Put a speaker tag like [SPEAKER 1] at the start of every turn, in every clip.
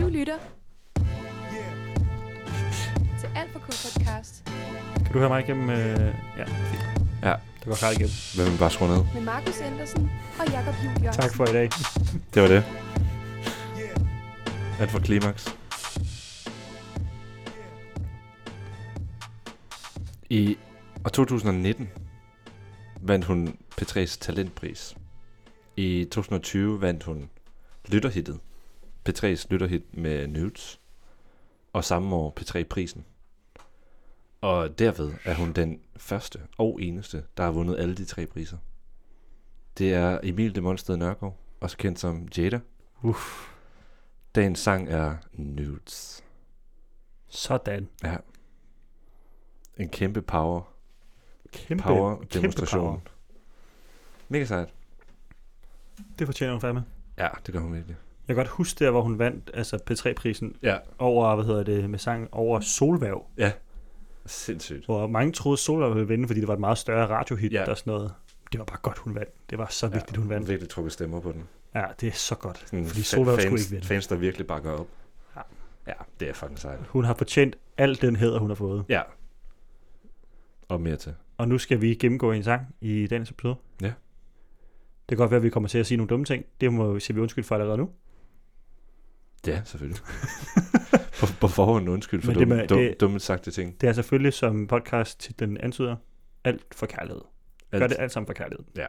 [SPEAKER 1] lytter til Alt for K podcast
[SPEAKER 2] Kan du høre mig igennem? Øh, ja, fint.
[SPEAKER 3] Ja.
[SPEAKER 2] Det går klart igennem.
[SPEAKER 3] Hvem vil bare skrue ned?
[SPEAKER 1] med Markus Andersen og Jakob Juhl Jørgensen.
[SPEAKER 2] Tak for i dag.
[SPEAKER 3] Det var det. Alt for klimaks. I år 2019 vandt hun P3's talentpris. I 2020 vandt hun lytterhittet. P3's lytterhit med Nudes. Og samme år P3-prisen. Og derved er hun den første og eneste, der har vundet alle de tre priser. Det er Emil de Monsted Nørgaard, også kendt som Jada.
[SPEAKER 2] Uff.
[SPEAKER 3] Dagens sang er Nudes.
[SPEAKER 2] Sådan.
[SPEAKER 3] Ja. En kæmpe power,
[SPEAKER 2] Kæmpe
[SPEAKER 3] power
[SPEAKER 2] kæmpe
[SPEAKER 3] demonstration.
[SPEAKER 2] power.
[SPEAKER 3] Mega sejt.
[SPEAKER 2] Det fortjener hun fandme.
[SPEAKER 3] Ja, det gør hun virkelig.
[SPEAKER 2] Jeg kan godt huske der, hvor hun vandt altså P3-prisen
[SPEAKER 3] Ja.
[SPEAKER 2] over, hvad hedder det, med sang over Solværv.
[SPEAKER 3] Sindssygt.
[SPEAKER 2] Hvor mange troede Solværv ville vinde, fordi det var et meget større radiohit
[SPEAKER 3] Ja.
[SPEAKER 2] ja. og sådan noget. Det var bare godt, hun vandt. Det var så
[SPEAKER 3] Ja,
[SPEAKER 2] vigtigt, hun vandt.
[SPEAKER 3] Virkelig trukket stemmer på den.
[SPEAKER 2] Ja, det er så godt.
[SPEAKER 3] Sådan
[SPEAKER 2] Fordi
[SPEAKER 3] fa-
[SPEAKER 2] Solvejg skulle
[SPEAKER 3] fans,
[SPEAKER 2] ikke vinde.
[SPEAKER 3] Fans, der virkelig bakker op.
[SPEAKER 2] Ja.
[SPEAKER 3] ja det er fucking sejt.
[SPEAKER 2] Hun har fortjent al den hæder, hun har fået.
[SPEAKER 3] Ja. Og mere til.
[SPEAKER 2] Og nu skal vi gennemgå en sang i dagens episode.
[SPEAKER 3] Ja.
[SPEAKER 2] Det kan godt være, at vi kommer til at sige nogle dumme ting. Det må vi sige, vi undskyld for allerede nu.
[SPEAKER 3] Ja, selvfølgelig. på, på forhånd undskyld for
[SPEAKER 2] Men det
[SPEAKER 3] dumme,
[SPEAKER 2] med-
[SPEAKER 3] dumme,
[SPEAKER 2] det-
[SPEAKER 3] dumme sagte ting.
[SPEAKER 2] Det er selvfølgelig, som podcast titlen antyder, alt for kærlighed. Alt. Gør det alt sammen for kærlighed.
[SPEAKER 3] Ja.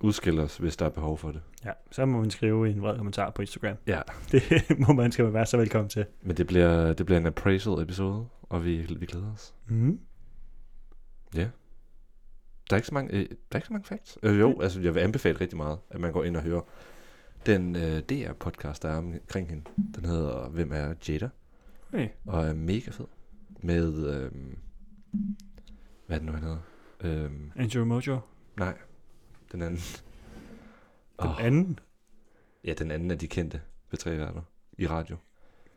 [SPEAKER 3] Udskil os, hvis der er behov for det.
[SPEAKER 2] Ja, så må man skrive en vred kommentar på Instagram.
[SPEAKER 3] Ja.
[SPEAKER 2] Det må man, skal man være så velkommen til.
[SPEAKER 3] Men det bliver, det bliver en appraisal episode, og vi, vi glæder os.
[SPEAKER 2] Mm.
[SPEAKER 3] Der er ikke så mange, øh, der er ikke så mange facts. Øh, jo, altså jeg vil anbefale rigtig meget, at man går ind og hører den øh, DR-podcast, der er omkring hende. Den hedder Hvem er Jada?
[SPEAKER 2] Okay.
[SPEAKER 3] Og er mega fed. Med, øh, hvad er det nu, han hedder? Øh,
[SPEAKER 2] Angelo Mojo.
[SPEAKER 3] nej, den anden.
[SPEAKER 2] Den
[SPEAKER 3] Åh,
[SPEAKER 2] oh. anden,
[SPEAKER 3] Ja, den anden af de kendte ved tre værter i radio.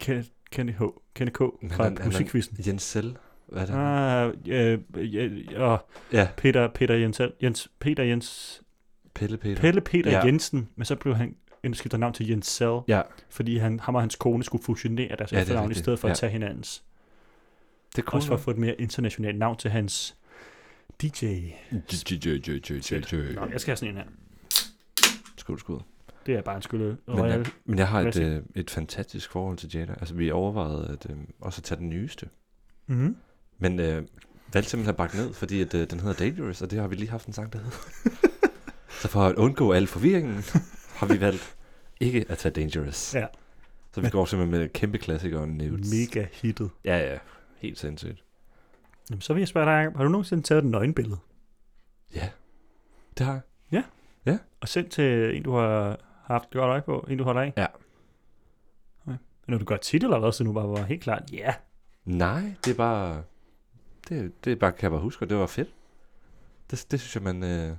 [SPEAKER 2] Ken- Kenny H. Kenny K.
[SPEAKER 3] Men
[SPEAKER 2] fra
[SPEAKER 3] han- han-
[SPEAKER 2] musikquizzen.
[SPEAKER 3] Jens Sel, hvad er det? Ah.
[SPEAKER 2] Ah, øh, øh, og
[SPEAKER 3] Ja,
[SPEAKER 2] Peter, Peter Jensen, Jens, Peter Jens,
[SPEAKER 3] Pelle Peter.
[SPEAKER 2] Pelle Peter
[SPEAKER 3] Ja.
[SPEAKER 2] ja. Jensen, men så blev han han skiftede navn til Jens Sell,
[SPEAKER 3] Ja,
[SPEAKER 2] fordi han, ham og hans kone skulle fusionere deres
[SPEAKER 3] Ja, det er
[SPEAKER 2] ja, efternavn i
[SPEAKER 3] rigtigt.
[SPEAKER 2] stedet for
[SPEAKER 3] Ja.
[SPEAKER 2] at tage hinandens.
[SPEAKER 3] det er cool.
[SPEAKER 2] Også for at få et mere internationalt navn til hans DJ.
[SPEAKER 3] Nå,
[SPEAKER 2] Nå, jeg skal have sådan en her.
[SPEAKER 3] Skål, skål.
[SPEAKER 2] Det er bare en skylde.
[SPEAKER 3] Men jeg,
[SPEAKER 2] Royal.
[SPEAKER 3] men jeg har et,
[SPEAKER 2] Classic.
[SPEAKER 3] øh, et fantastisk forhold til Jada. Altså, vi overvejede at, øh, også at tage den nyeste.
[SPEAKER 2] Mm-hmm.
[SPEAKER 3] Men øh, valgte simpelthen at bakke ned, fordi at, øh, den hedder Dangerous, og det har vi lige haft en sang, der hedder. så for at undgå al forvirringen, har vi valgt ikke at tage Dangerous.
[SPEAKER 2] Ja.
[SPEAKER 3] Så vi
[SPEAKER 2] Men-
[SPEAKER 3] går simpelthen med kæmpe klassikeren Nudes.
[SPEAKER 2] Mega hittet.
[SPEAKER 3] Ja, ja. Helt sindssygt.
[SPEAKER 2] Jamen, så vil jeg spørge dig, Jacob, har du nogensinde taget et nøgenbillede
[SPEAKER 3] Ja. Det har jeg.
[SPEAKER 2] og sendt til en, du har haft godt øje på, en, du holder af?
[SPEAKER 3] Ja.
[SPEAKER 2] Okay. Men når du gør tit eller hvad, så nu bare var helt klart, ja. Yeah.
[SPEAKER 3] Nej, det er bare... Det, det er bare, kan jeg bare huske, og det var fedt. Det, det synes jeg, man... Øh,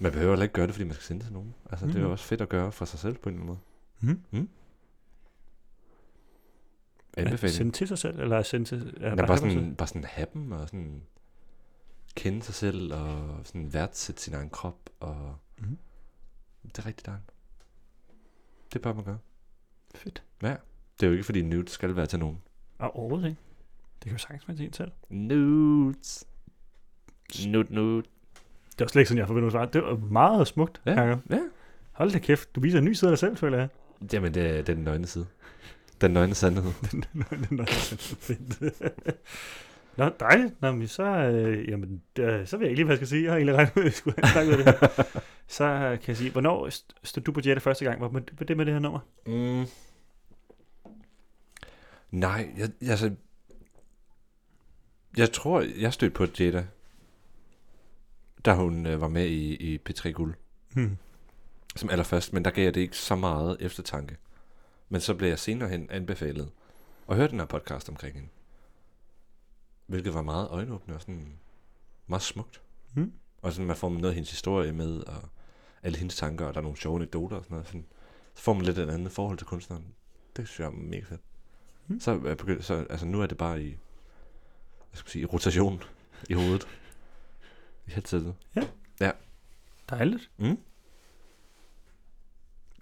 [SPEAKER 3] man behøver heller ikke gøre det, fordi man skal sende det til nogen. Altså, mm. det er
[SPEAKER 2] Mhm.
[SPEAKER 3] jo også fedt at gøre for sig selv på en eller anden måde.
[SPEAKER 2] Mhm.
[SPEAKER 3] Mm.
[SPEAKER 2] At
[SPEAKER 3] Anbefaling.
[SPEAKER 2] sende til sig selv, eller at sende til... Ja,
[SPEAKER 3] Ja, bare, bare, sådan, bare sådan have dem, og sådan kende sig selv, og sådan værdsætte sin egen krop, og
[SPEAKER 2] Mhm.
[SPEAKER 3] det er rigtig dejligt. Det bør man gøre.
[SPEAKER 2] Fedt.
[SPEAKER 3] Det er jo ikke, fordi nudes skal være til nogen.
[SPEAKER 2] Og overhovedet ikke. Det kan jo sagtens være til en selv.
[SPEAKER 3] Nudes. Nut, nut.
[SPEAKER 2] Det var slet ikke sådan, jeg forventede svaret. Det var meget smukt,
[SPEAKER 3] Ja,
[SPEAKER 2] Jacob.
[SPEAKER 3] ja.
[SPEAKER 2] Hold da kæft, du viser en ny side af dig selv, føler jeg.
[SPEAKER 3] Jamen, det er den nøgne side. Den nøgne sandhed.
[SPEAKER 2] Nå, Nå, dejligt. Nå, men så, øh, jamen, øh, så ved jeg ikke lige, hvad jeg skal sige. Jeg har egentlig regnet med, at jeg skulle have snakket om det her. Så øh, kan jeg sige, hvornår st- stod du på Jette første gang? Var det var det med det her nummer?
[SPEAKER 3] Mm. Nej, jeg, jeg, altså... Jeg tror, jeg stødte på Jada, da hun øh, var med i, i P3 Guld,
[SPEAKER 2] Hmm.
[SPEAKER 3] som allerførst, men der gav jeg det ikke så meget eftertanke. Men så blev jeg senere hen anbefalet at høre den her podcast omkring hende. Hvilket var meget øjenåbende og sådan meget smukt.
[SPEAKER 2] Mm.
[SPEAKER 3] Og sådan, man får noget af hendes historie med, og alle hendes tanker, og der er nogle sjove anekdoter og sådan noget. Sådan, så får man lidt et andet forhold til kunstneren. Det synes jeg er mega fedt.
[SPEAKER 2] Mm.
[SPEAKER 3] Så, er jeg begyndt, så altså, nu er det bare i, jeg skal man sige, i rotation i hovedet. I headsetet.
[SPEAKER 2] Dejligt.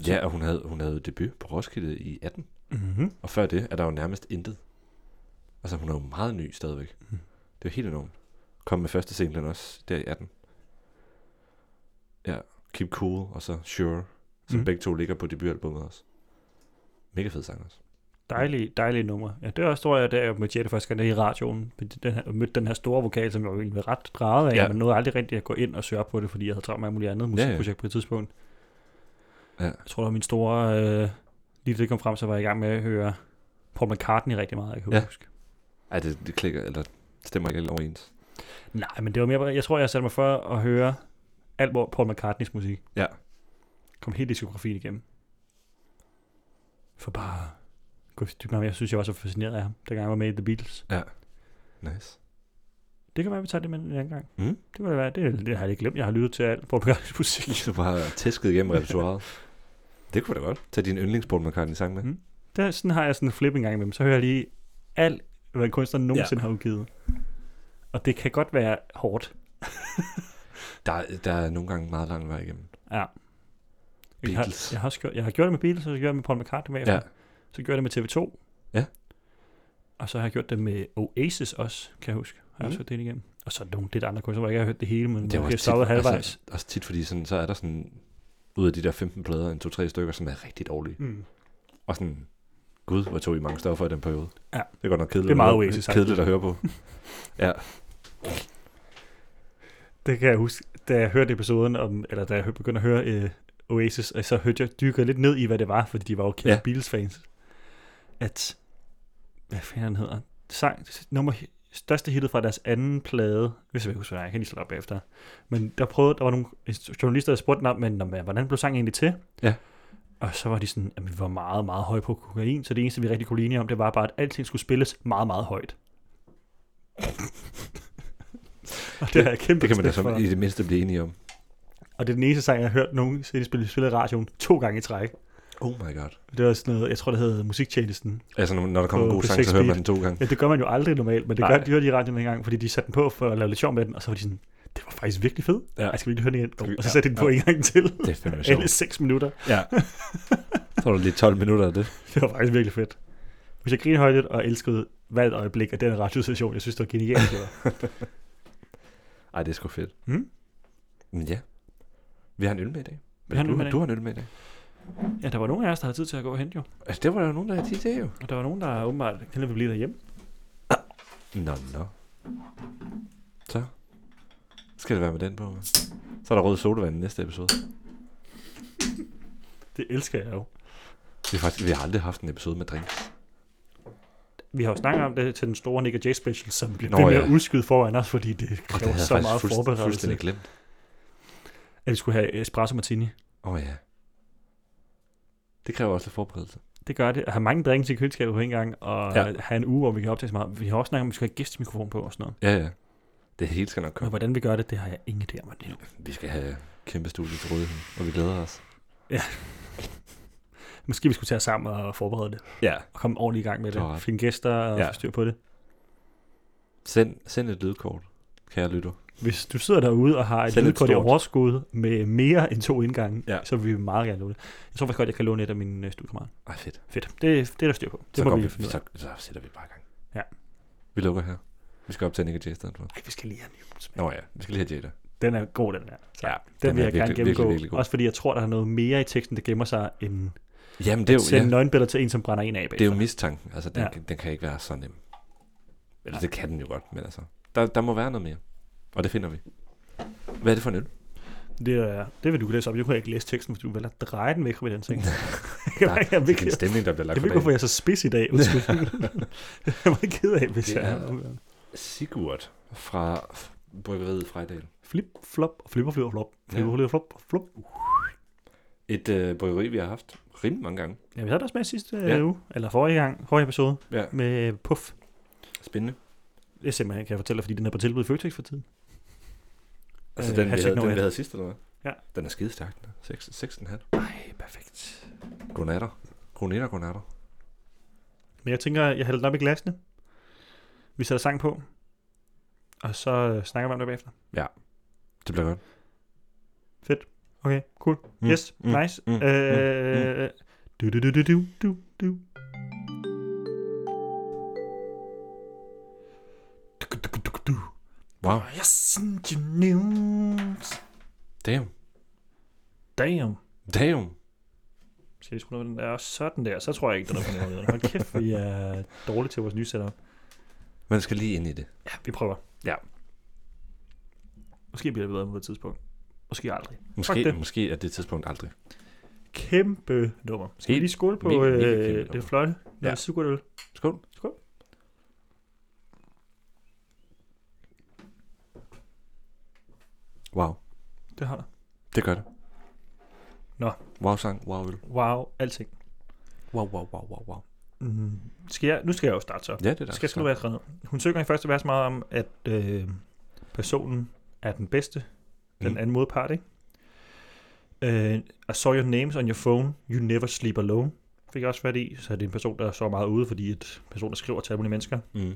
[SPEAKER 3] Ja, og hun havde, hun havde debut på Roskilde i 18.
[SPEAKER 2] Mm-hmm.
[SPEAKER 3] Og før det er der jo nærmest intet. Altså, hun er jo meget ny stadigvæk.
[SPEAKER 2] Mm.
[SPEAKER 3] Det er jo helt enormt. Kom med første singlen også, der i 18. Ja, Keep Cool og så Sure, som
[SPEAKER 2] Mm.
[SPEAKER 3] mm. begge to ligger på debutalbummet også. Mega fed sang også.
[SPEAKER 2] Dejlige, dejlige numre. Ja, det er også, tror jeg, da jeg mødte Jette første gang der i radioen, med den her, mødte den her store vokal, som jeg jo egentlig var ret drejet af, ja.
[SPEAKER 3] Ja.
[SPEAKER 2] men nåede aldrig rigtigt at gå ind og søge op på det, fordi jeg havde travlt med alt muligt andet musikprojekt ja, ja. på et tidspunkt.
[SPEAKER 3] Ja.
[SPEAKER 2] Jeg tror, der var min store... Øh, lige da det kom frem, så var jeg i gang med at høre Paul McCartney rigtig meget, jeg kan
[SPEAKER 3] Ja.
[SPEAKER 2] huske.
[SPEAKER 3] Ej, det, det klikker, eller stemmer ikke helt overens.
[SPEAKER 2] Nej, men det var mere... Jeg tror, jeg satte mig for at høre alt hvor Paul McCartneys musik.
[SPEAKER 3] Ja.
[SPEAKER 2] Kom hele diskografien igennem. For bare... gå i dybden med ham. Jeg synes, jeg var så fascineret af ham, dengang jeg var med i The Beatles.
[SPEAKER 3] Nice.
[SPEAKER 2] Det kan være, vi tager det med en anden gang.
[SPEAKER 3] Mm.
[SPEAKER 2] Det kunne da være. Det, det har jeg ikke glemt. Jeg har lyttet til alt Paul McCartneys musik.
[SPEAKER 3] Du bare tæsket igennem repertoireet. Det kunne da godt. Tag din yndlingsbord, man kan sang med.
[SPEAKER 2] Mm. Der, sådan har jeg sådan en flip en gang imellem. Så hører jeg lige alt, hvad en kunstner nogensinde ja. har udgivet. Og det kan godt være hårdt.
[SPEAKER 3] Der, der er nogle gange meget lang vej igennem.
[SPEAKER 2] Ja. Jeg har,
[SPEAKER 3] Beatles.
[SPEAKER 2] jeg, har også gjort, jeg har gjort det med Beatles, og så gjorde jeg det med Paul McCartney bagefter.
[SPEAKER 3] Ja.
[SPEAKER 2] Så gjorde jeg det med TV2.
[SPEAKER 3] Ja.
[SPEAKER 2] Og så har jeg gjort det med Oasis også, kan jeg huske. Har jeg også
[SPEAKER 3] Mm.
[SPEAKER 2] hørt det igennem. Og så nogle lidt andre kunstnere, hvor jeg ikke har hørt det hele, men
[SPEAKER 3] Det er
[SPEAKER 2] det
[SPEAKER 3] jo
[SPEAKER 2] var
[SPEAKER 3] også
[SPEAKER 2] stoppet
[SPEAKER 3] tit,
[SPEAKER 2] halvvejs.
[SPEAKER 3] Altså, også tit, fordi sådan, så er der sådan, ud af de der 15 plader, en 2-3 stykker, som er rigtig dårlige.
[SPEAKER 2] mm.
[SPEAKER 3] Og sådan, gud, hvor tog I mange stoffer i den periode.
[SPEAKER 2] Ja.
[SPEAKER 3] Det er godt nok kedeligt,
[SPEAKER 2] Det er meget
[SPEAKER 3] at høre-
[SPEAKER 2] Oasis, sagt.
[SPEAKER 3] kedeligt at høre på. ja,
[SPEAKER 2] Det kan jeg huske, da jeg hørte episoden om, eller da jeg hø- begyndte at høre øh, Oasis, og så hørte jeg dykker lidt ned i, hvad det var, fordi de var jo kæmpe ja.
[SPEAKER 3] Ja.
[SPEAKER 2] Beatles-fans. At, hvad fanden han hedder, sang, nummer, største hittet fra deres anden plade, hvis jeg ikke husker, hvad den er, jeg kan lige slå det op efter. Men der prøvede, der var nogle journalister, der spurgte dem om, men, "Nå, men hvordan blev sangen egentlig til?
[SPEAKER 3] Ja.
[SPEAKER 2] Og så var de sådan, at vi var meget, meget høje på kokain, så det eneste, vi rigtig kunne lide om, det var bare, at alting skulle spilles meget, meget højt. og det, er kæmpe
[SPEAKER 3] det kan man da
[SPEAKER 2] respekt for.
[SPEAKER 3] som, i det mindste blive enige om.
[SPEAKER 2] Og det er den eneste sang, jeg har hørt nogensinde spille spillet i radioen to gange i træk.
[SPEAKER 3] Oh my god.
[SPEAKER 2] Det var sådan noget, jeg tror, det hedder musiktjenesten.
[SPEAKER 3] Altså, når, når der kommer
[SPEAKER 2] På-
[SPEAKER 3] en god
[SPEAKER 2] på
[SPEAKER 3] sang,
[SPEAKER 2] seks
[SPEAKER 3] så hører
[SPEAKER 2] beat.
[SPEAKER 3] man den to gange.
[SPEAKER 2] Ja, det gør man jo aldrig normalt, men det
[SPEAKER 3] Nej.
[SPEAKER 2] gør de jo i radioen engang, fordi de satte den på for at lave lidt sjov med den, og så var de sådan, det var faktisk virkelig fed.
[SPEAKER 3] Ja.
[SPEAKER 2] Jeg skal virkelig høre den igen.
[SPEAKER 3] vi-
[SPEAKER 2] Og så
[SPEAKER 3] ja,
[SPEAKER 2] satte de den på en gang til.
[SPEAKER 3] Det er fandme sjovt.
[SPEAKER 2] Alle seks minutter.
[SPEAKER 3] Ja. så var der lige 12 minutter af det.
[SPEAKER 2] Det var faktisk virkelig fedt. Hvis jeg griner højt og elskede hvert øjeblik af den radiostation, jeg synes, det var genialt. det var.
[SPEAKER 3] Ej, det er sgu fedt.
[SPEAKER 2] Mm.
[SPEAKER 3] Men ja, vi har en øl med i dag.
[SPEAKER 2] Vi har en
[SPEAKER 3] du,
[SPEAKER 2] øl med i dag.
[SPEAKER 3] du har en øl med i dag.
[SPEAKER 2] ja, der var nogen af os, der havde tid til at gå hen jo.
[SPEAKER 3] Altså, det var der jo nogen, der havde tid til, jo.
[SPEAKER 2] Og der var nogen, der åbenbart hellere ville blive derhjemme.
[SPEAKER 3] Nå, nå. Så skal det være med den på. hva'? Så er der rød sodavand i næste episode.
[SPEAKER 2] Det elsker jeg jo.
[SPEAKER 3] Vi har, faktisk, vi har aldrig haft en episode med drink.
[SPEAKER 2] Vi har jo snakket om det til den store Nick Jay special, som bliver
[SPEAKER 3] Nå,
[SPEAKER 2] ved med at
[SPEAKER 3] ja.
[SPEAKER 2] udskyde foran os, fordi det
[SPEAKER 3] Og det
[SPEAKER 2] kræver
[SPEAKER 3] havde
[SPEAKER 2] så
[SPEAKER 3] jeg
[SPEAKER 2] meget
[SPEAKER 3] faktisk fuldst,
[SPEAKER 2] forberedelse.
[SPEAKER 3] fuldstændig glemt.
[SPEAKER 2] At vi skulle have espresso martini.
[SPEAKER 3] Åh oh, ja. Det kræver også lidt forberedelse.
[SPEAKER 2] Det gør det. At have mange drinks i køleskabet på en gang, og ja.
[SPEAKER 3] Ja.
[SPEAKER 2] have en uge, hvor vi kan optage så meget. Vi har også snakket om, at vi skal have gæstemikrofon på og sådan noget.
[SPEAKER 3] Ja, ja. Det hele skal nok
[SPEAKER 2] Men
[SPEAKER 3] komme.
[SPEAKER 2] hvordan vi gør det, det har jeg ingen idé om endnu.
[SPEAKER 3] Vi skal have kæmpe studie til rådighed, og vi glæder os.
[SPEAKER 2] Måske vi skulle tage os sammen og forberede det,
[SPEAKER 3] Ja.
[SPEAKER 2] og komme ordentligt i gang med
[SPEAKER 3] Du har
[SPEAKER 2] det.
[SPEAKER 3] ret.
[SPEAKER 2] Finde gæster og ja.
[SPEAKER 3] Ja.
[SPEAKER 2] få styr på det.
[SPEAKER 3] Send, send et lydkort, kære lytter.
[SPEAKER 2] Hvis du sidder derude og har et
[SPEAKER 3] Send et
[SPEAKER 2] lydkort i
[SPEAKER 3] stort.
[SPEAKER 2] overskud med mere end to indgange, ja.
[SPEAKER 3] Ja.
[SPEAKER 2] så vil vi meget gerne låne det. Jeg tror faktisk godt, jeg kan låne et af mine øh, studiekammerater.
[SPEAKER 3] Ej, fedt.
[SPEAKER 2] Fedt. Det, det er der styr på. Det
[SPEAKER 3] så,
[SPEAKER 2] må
[SPEAKER 3] går
[SPEAKER 2] vi,
[SPEAKER 3] vi,
[SPEAKER 2] lige finde ud af.
[SPEAKER 3] så, så, sætter vi bare i gang.
[SPEAKER 2] Ja.
[SPEAKER 3] Vi lukker her. Vi skal op til Nick Jay i stedet for.
[SPEAKER 2] Ej, vi skal lige have en julesmag.
[SPEAKER 3] Nå ja, vi skal lige have Jada.
[SPEAKER 2] Den er god, den der. Så
[SPEAKER 3] Ja,
[SPEAKER 2] den,
[SPEAKER 3] den
[SPEAKER 2] vil
[SPEAKER 3] er
[SPEAKER 2] jeg gerne
[SPEAKER 3] virkelig-
[SPEAKER 2] gennemgå.
[SPEAKER 3] virkelig, virkelig god.
[SPEAKER 2] Også fordi jeg tror, der er noget mere i teksten, der gemmer sig, end
[SPEAKER 3] Jamen, det er jo,
[SPEAKER 2] sende
[SPEAKER 3] ja,
[SPEAKER 2] nøgenbilleder til en, som brænder en af
[SPEAKER 3] det er jo
[SPEAKER 2] bagefter.
[SPEAKER 3] mistanken. Altså, den,
[SPEAKER 2] Ja.
[SPEAKER 3] ja. den kan ikke være så nem. Eller
[SPEAKER 2] Nej.
[SPEAKER 3] det kan den jo godt, men altså. Der, der må være noget mere. Og det finder vi. Hvad er det for en øl?
[SPEAKER 2] Det, er, det vil du kunne læse op. Jeg kunne ikke læse teksten, hvis du vælger at dreje den væk fra mit ansigt. jeg,
[SPEAKER 3] Nej,
[SPEAKER 2] jeg, jeg,
[SPEAKER 3] Det er en stemning, der bliver lagt
[SPEAKER 2] jeg ved ikke, hvorfor
[SPEAKER 3] for dagen.
[SPEAKER 2] jeg er så spids i dag. Undskyld. jeg var ked af, hvis
[SPEAKER 3] Det
[SPEAKER 2] jeg...
[SPEAKER 3] er- Sigurd fra f- Bryggeriet Frejdal.
[SPEAKER 2] Flip, flop, flipper, flipper, flop. Flipper,
[SPEAKER 3] Ja.
[SPEAKER 2] flipper, flop, flop. Uh.
[SPEAKER 3] Et øh, bryggeri, vi har haft rimelig mange gange.
[SPEAKER 2] Ja, vi havde det også med sidste øh,
[SPEAKER 3] Ja.
[SPEAKER 2] uge, eller forrige gang, forrige episode,
[SPEAKER 3] Ja.
[SPEAKER 2] med Puff.
[SPEAKER 3] Spændende.
[SPEAKER 2] Det er simpelthen, kan jeg fortælle dig, fordi den er på tilbud i Føtex for tiden.
[SPEAKER 3] Altså,
[SPEAKER 2] Øh,
[SPEAKER 3] den, vi
[SPEAKER 2] hashtag
[SPEAKER 3] havde,
[SPEAKER 2] Norge.
[SPEAKER 3] den, vi havde sidst, eller hvad?
[SPEAKER 2] Ja.
[SPEAKER 3] Den er skidestærk. den er. Seks- seks og en halv.
[SPEAKER 2] Nej, perfekt.
[SPEAKER 3] Godnatter. Godnatter, godnatter.
[SPEAKER 2] Men jeg tænker, jeg hælder den op i glasene. Vi sætter sang på. Og så øh, snakker vi om det bagefter.
[SPEAKER 3] Det bliver godt.
[SPEAKER 2] Okay, cool. Mm.
[SPEAKER 3] Mm,
[SPEAKER 2] Yes,
[SPEAKER 3] mm,
[SPEAKER 2] nice.
[SPEAKER 3] mm,
[SPEAKER 2] Øh, du, du, du, du, du, du, du.
[SPEAKER 3] Wow,
[SPEAKER 2] Jeg sendte you news.
[SPEAKER 3] damn.
[SPEAKER 2] Damn.
[SPEAKER 3] Damn.
[SPEAKER 2] Skal jeg skulle den der sådan der, så tror jeg ikke, den er på den måde. Hold kæft, vi er dårlige til vores nye setup.
[SPEAKER 3] Man skal lige ind i det.
[SPEAKER 2] Ja, vi prøver. Ja. Måske bliver det bedre på et tidspunkt. Måske aldrig.
[SPEAKER 3] Måske,
[SPEAKER 2] Fuck
[SPEAKER 3] det.
[SPEAKER 2] det.
[SPEAKER 3] måske er det tidspunkt aldrig.
[SPEAKER 2] Kæmpe nummer. Skal vi
[SPEAKER 3] Helt
[SPEAKER 2] lige skåle på
[SPEAKER 3] mega, mega kæmpe
[SPEAKER 2] øh,
[SPEAKER 3] nummer.
[SPEAKER 2] den flotte
[SPEAKER 3] Ja.
[SPEAKER 2] ja. sukkerøl?
[SPEAKER 3] Skål.
[SPEAKER 2] Skål.
[SPEAKER 3] Wow,
[SPEAKER 2] Det har der.
[SPEAKER 3] det gør det.
[SPEAKER 2] Nå.
[SPEAKER 3] Wow-sang, wow-øl.
[SPEAKER 2] Wow, alting.
[SPEAKER 3] Wow, wow, wow, wow, wow.
[SPEAKER 2] Mm. Skal jeg, nu skal jeg jo starte så.
[SPEAKER 3] Ja, det er der.
[SPEAKER 2] skal jeg skrive, hvad jeg har skrevet? Hun synger i første vers meget om, at øh, personen er den bedste, den
[SPEAKER 3] Mm.
[SPEAKER 2] anden modpart, ikke? Øh, I saw your names on your phone, you never sleep alone, fik jeg også fat i. Så det er en person, der så meget ude, fordi et person, der skriver til alle mulige mennesker.
[SPEAKER 3] Mm.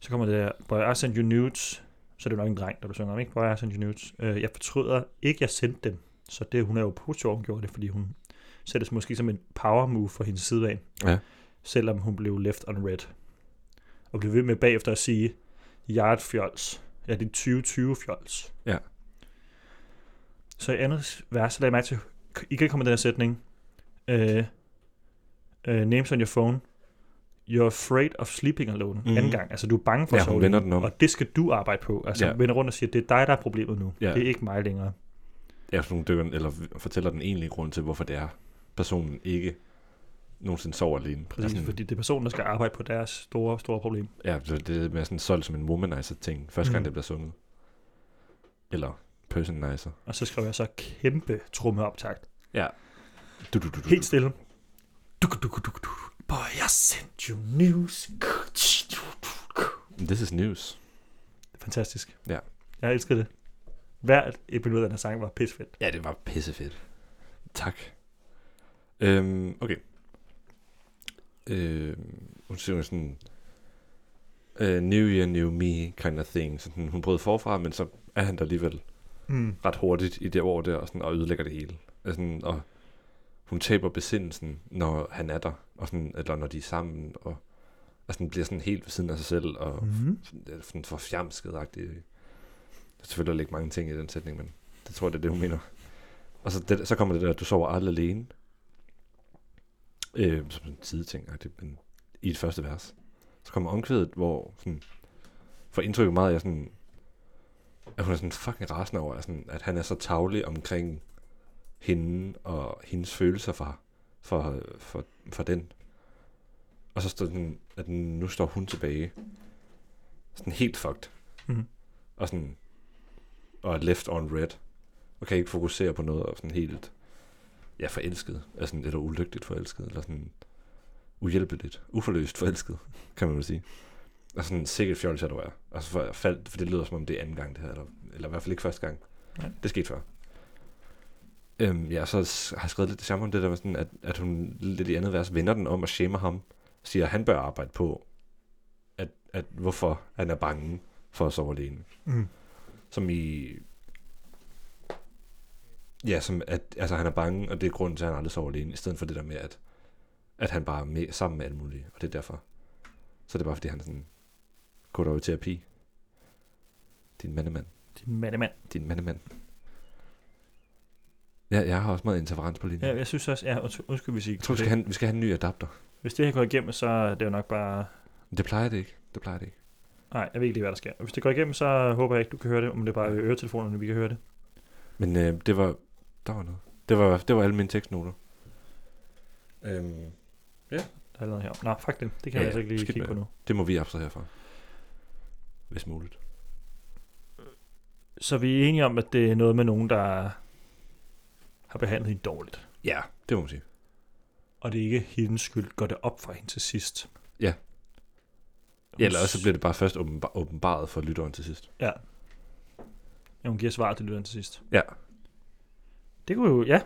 [SPEAKER 2] Så kommer det der, boy, I sent you nudes, så er det jo nok en dreng, der du synger om, ikke? Boy, I sent you nudes. Øh, jeg fortryder ikke, jeg sendte dem. Så det, hun er jo positiv, over, hun gjorde det, fordi hun sættes måske som en power move fra hendes side af.
[SPEAKER 3] Ja.
[SPEAKER 2] Selvom hun blev left on red. Og blev ved med bagefter at sige, jeg er et fjols. Ja, det er 2020 fjols.
[SPEAKER 3] Ja.
[SPEAKER 2] Så i andet vers, så lagde jeg mærke til, ikke kommer den her sætning. Øh, øh, names on your phone. You're afraid of sleeping alone.
[SPEAKER 3] Mhm.
[SPEAKER 2] Mm. Anden gang. Altså, du er bange for
[SPEAKER 3] Ja,
[SPEAKER 2] at
[SPEAKER 3] hun
[SPEAKER 2] sove
[SPEAKER 3] vender
[SPEAKER 2] alene,
[SPEAKER 3] den om.
[SPEAKER 2] Og det skal du arbejde på. Altså,
[SPEAKER 3] Ja.
[SPEAKER 2] ja. vender rundt og siger, det er dig, der er problemet nu.
[SPEAKER 3] Ja.
[SPEAKER 2] Det er ikke mig længere.
[SPEAKER 3] Ja, så hun dykker, eller fortæller den egentlige grund til, hvorfor det er, personen ikke nogensinde sover alene. Altså
[SPEAKER 2] Præcis, mm. fordi det er personen, der skal arbejde på deres store, store problem.
[SPEAKER 3] Ja, så det er mere sådan solgt som en womanizer-ting, første gang
[SPEAKER 2] Mm.
[SPEAKER 3] det bliver sunget. Eller personizer.
[SPEAKER 2] Og så skrev jeg så kæmpe trummeoptakt.
[SPEAKER 3] Du, du, du, du,
[SPEAKER 2] Helt
[SPEAKER 3] du.
[SPEAKER 2] stille. Du, du, du, du, du. Boy, I sent you news.
[SPEAKER 3] This is news.
[SPEAKER 2] Fantastisk.
[SPEAKER 3] Ja.
[SPEAKER 2] Jeg elskede det. Hvert episode af den her sang var pissfedt.
[SPEAKER 3] Ja, det var pissefedt. Tak. Øhm, okay. Øhm, hun synger sådan... Uh, new year, new me kind of thing. Sådan, hun brød forfra, men så er han der alligevel
[SPEAKER 2] Mm.
[SPEAKER 3] ret hurtigt i det år der, og, sådan, og ødelægger det hele. Og, sådan, og hun taber besindelsen, når han er der, og sådan, eller når de er sammen, og, og sådan, bliver sådan helt ved siden af sig selv, og
[SPEAKER 2] Mm.
[SPEAKER 3] sådan, sådan forfjamsket agtigt. Der er selvfølgelig ikke mange ting i den sætning, men det tror jeg, det er det, hun mener. Og så, det, så kommer det der, at du sover aldrig alene. Øh, som en sideting, agtigt, men i det første vers. Så kommer omkvædet, hvor sådan, for indtrykket meget af sådan, at hun er sådan fucking rasende over, at, sådan, at han er så tavlig omkring hende og hendes følelser for, for, for, for den. Og så står den, at nu står hun tilbage. Sådan helt fucked.
[SPEAKER 2] Mhm.
[SPEAKER 3] Og sådan, og er left on red. Og kan ikke fokusere på noget, og sådan helt, ja, forelsket. Altså, sådan- eller ulykkeligt forelsket, eller sådan uhjælpeligt, uforløst forelsket, kan man vel sige. Og sådan sikkert fjols, at du er. Altså, for, for, for det lyder som om, det er anden gang, det her, eller, eller i hvert fald ikke første gang.
[SPEAKER 2] Nej.
[SPEAKER 3] Det skete før. Øhm, ja, så s- har jeg skrevet lidt det samme om det der med sådan, at, at hun lidt i andet vers vender den om og shamer ham. Siger, at han bør arbejde på, at, at hvorfor han er bange for at sove alene.
[SPEAKER 2] Mm.
[SPEAKER 3] Som i... Ja, som at altså, han er bange, og det er grunden til, at han aldrig sover alene, i stedet for det der med, at, at han bare er med, sammen med alle mulige, og det er derfor. Så det er bare, fordi han sådan går over i terapi. Din mandemand.
[SPEAKER 2] Din mandemand.
[SPEAKER 3] Din mandemand. Ja, jeg har også meget interferens på linjen.
[SPEAKER 2] Ja, jeg synes også, ja, unds- undskyld, hvis I
[SPEAKER 3] jeg tror, vi skal, have, en- vi skal have en ny adapter.
[SPEAKER 2] Hvis det her går igennem, så er det jo nok bare...
[SPEAKER 3] Men Det plejer det ikke. Det plejer det ikke.
[SPEAKER 2] Nej, jeg ved ikke lige, hvad der sker. Og Hvis det går igennem, så håber jeg ikke, du kan høre det. Om det er bare øretelefonerne, vi kan høre det.
[SPEAKER 3] Men øh, det var... Der var noget. Det var, det var alle mine tekstnoter. Øhm,
[SPEAKER 2] Der er noget her. Nå, fuck det. Det kan ja, jeg
[SPEAKER 3] Ja, ja,
[SPEAKER 2] altså ikke lige
[SPEAKER 3] skidt
[SPEAKER 2] kigge
[SPEAKER 3] med
[SPEAKER 2] på nu.
[SPEAKER 3] det må vi abstrahere fra. Hvis muligt.
[SPEAKER 2] Så vi er enige om, at det er noget med nogen, der har behandlet hende dårligt.
[SPEAKER 3] Ja, det må man sige.
[SPEAKER 2] Og det er ikke hendes skyld, går det op for hende til sidst.
[SPEAKER 3] Ja.
[SPEAKER 2] Hun
[SPEAKER 3] Ja, eller også så
[SPEAKER 2] s-
[SPEAKER 3] bliver det bare først åbenbar- åbenbaret for lytteren til sidst.
[SPEAKER 2] Ja. ja hun giver svaret til lytteren til sidst.
[SPEAKER 3] Ja.
[SPEAKER 2] Det kunne jo... Ja,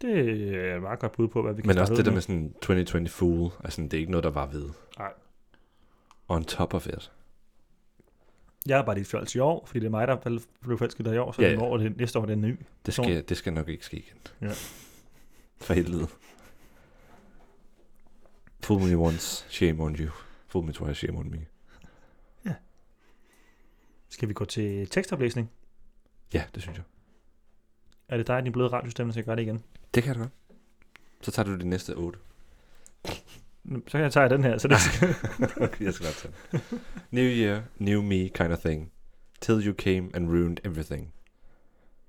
[SPEAKER 2] det er et meget godt bud på, hvad vi kan
[SPEAKER 3] Men også
[SPEAKER 2] starte
[SPEAKER 3] det
[SPEAKER 2] ud
[SPEAKER 3] der med sådan 2020 Fool, altså det er ikke noget, der var ved.
[SPEAKER 2] Nej.
[SPEAKER 3] On top of it.
[SPEAKER 2] Jeg er bare lidt fjols i år, fordi det er mig, der fald- blev forelsket der i år, så
[SPEAKER 3] Ja,
[SPEAKER 2] ja, ja.
[SPEAKER 3] ja.
[SPEAKER 2] År, det, næste år er det en ny.
[SPEAKER 3] Det
[SPEAKER 2] Sådan.
[SPEAKER 3] skal, det skal nok ikke ske igen.
[SPEAKER 2] Ja.
[SPEAKER 3] For helvede. Fool me once, shame on you. Fool me twice, shame on me.
[SPEAKER 2] Skal vi gå til tekstoplæsning?
[SPEAKER 3] Ja, det synes jeg.
[SPEAKER 2] Er det dig, din bløde radiostemme, der skal gøre det igen?
[SPEAKER 3] Det kan jeg da godt. Så tager du de næste otte.
[SPEAKER 2] Så kan jeg tage den her. Så det,
[SPEAKER 3] okay, jeg skal nok tage den. New year, new me kind of thing. Till you came and ruined everything.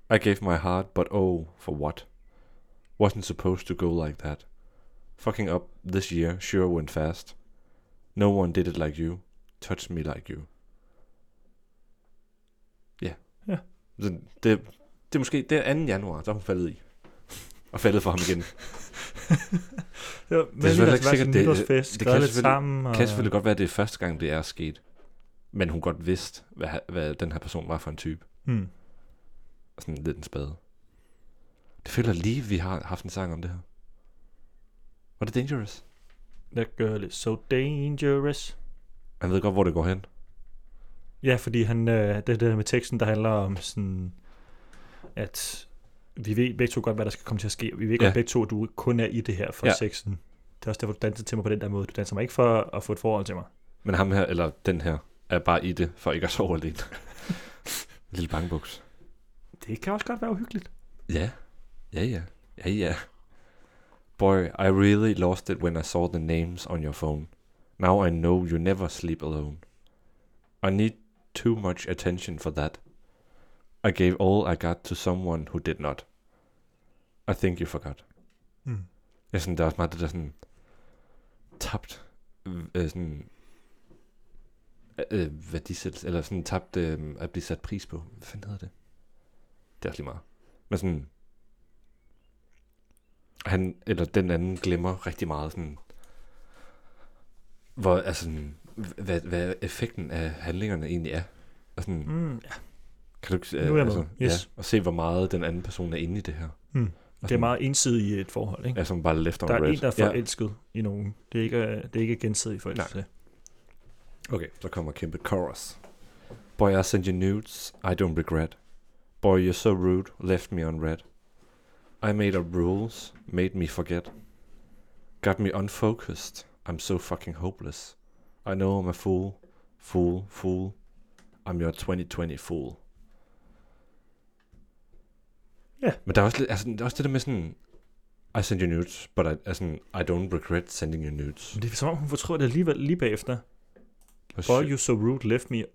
[SPEAKER 3] I gave my heart, but oh, for what? Wasn't supposed to go like that. Fucking up this year sure went fast. No one did it like you. Touched me like you. Ja.
[SPEAKER 2] Ja.
[SPEAKER 3] Så Det, det er måske det er 2. januar, der er hun faldet i. Og faldet for ham igen.
[SPEAKER 2] det, var, men
[SPEAKER 3] selvfølgelig
[SPEAKER 2] alligevel,
[SPEAKER 3] ikke
[SPEAKER 2] så var
[SPEAKER 3] sikkert,
[SPEAKER 2] sådan
[SPEAKER 3] det-
[SPEAKER 2] en nytårsfest,
[SPEAKER 3] det kan
[SPEAKER 2] skrevet lidt
[SPEAKER 3] selvfølgelig-
[SPEAKER 2] sammen. Og,
[SPEAKER 3] kan selvfølgelig godt være, at det er første gang, det er sket. Men hun godt vidste, hvad, ha- hvad den her person var for en type.
[SPEAKER 2] Hmm.
[SPEAKER 3] Og Sådan lidt en spade. Det føler lige, vi har haft en sang om det her. Var det Dangerous?
[SPEAKER 2] That girl is so dangerous.
[SPEAKER 3] Han ved godt, hvor det går hen.
[SPEAKER 2] Ja, fordi han, øh, det er det der med teksten, der handler om sådan, at vi ved begge to godt, hvad der skal komme til at ske. Vi ved
[SPEAKER 3] Ja.
[SPEAKER 2] godt begge to, at du kun er i det her for
[SPEAKER 3] Ja.
[SPEAKER 2] ja. sexen. Det er også derfor, du danser til mig på den der måde. Du danser mig ikke for at få et forhold til mig.
[SPEAKER 3] Men ham her, eller den her, er bare i det, for ikke at sove alene. Lille bankbuks.
[SPEAKER 2] Det kan også godt være uhyggeligt.
[SPEAKER 3] Ja. Ja, ja. Ja, ja. Boy, I really lost it when I saw the names on your phone. Now I know you never sleep alone. I need too much attention for that. I gave all I got to someone who did not. I think you forgot.
[SPEAKER 2] Mm.
[SPEAKER 3] Hmm. Jeg sådan, der er også meget det der sådan tabt øh, sådan øh, værdisættelse, eller sådan tabt øh, at blive sat pris på. Hvad fanden hedder det? Det er også lige meget. Men sådan, han eller den anden glemmer rigtig meget sådan, hvor, altså, sådan, h- hvad, hvad effekten af handlingerne egentlig er. Og sådan, mm.
[SPEAKER 2] Mm, ja.
[SPEAKER 3] kan du ikke, øh, altså,
[SPEAKER 2] Nu er jeg med. Yes.
[SPEAKER 3] ja, og se, hvor meget den anden person er inde i det her.
[SPEAKER 2] Mm.
[SPEAKER 3] Og
[SPEAKER 2] Det er
[SPEAKER 3] sådan-
[SPEAKER 2] meget ensidigt i et forhold, ikke?
[SPEAKER 3] Altså- Ja, som bare left on
[SPEAKER 2] Der er
[SPEAKER 3] red.
[SPEAKER 2] en, der er
[SPEAKER 3] ja.
[SPEAKER 2] forelsket ja. i nogen. Det er ikke, øh, det er ikke gensidig forelskelse.
[SPEAKER 3] Okay, så kommer kæmpe chorus. Boy, I sent you nudes, I don't regret. Boy, you're so rude, left me unread. I made up rules, made me forget. Got me unfocused, I'm so fucking hopeless. I know I'm a fool, fool, fool. I'm your 2020 fool.
[SPEAKER 2] Ja.
[SPEAKER 3] Men der er også, lidt- altså, der er også det der med sådan, I sent you nudes, but I, altså, I don't regret sending you nudes.
[SPEAKER 2] Men det er som om, hun fortrød det alligevel lige bagefter.
[SPEAKER 3] Hvor
[SPEAKER 2] Boy, you so rude, left me.
[SPEAKER 3] Ja, og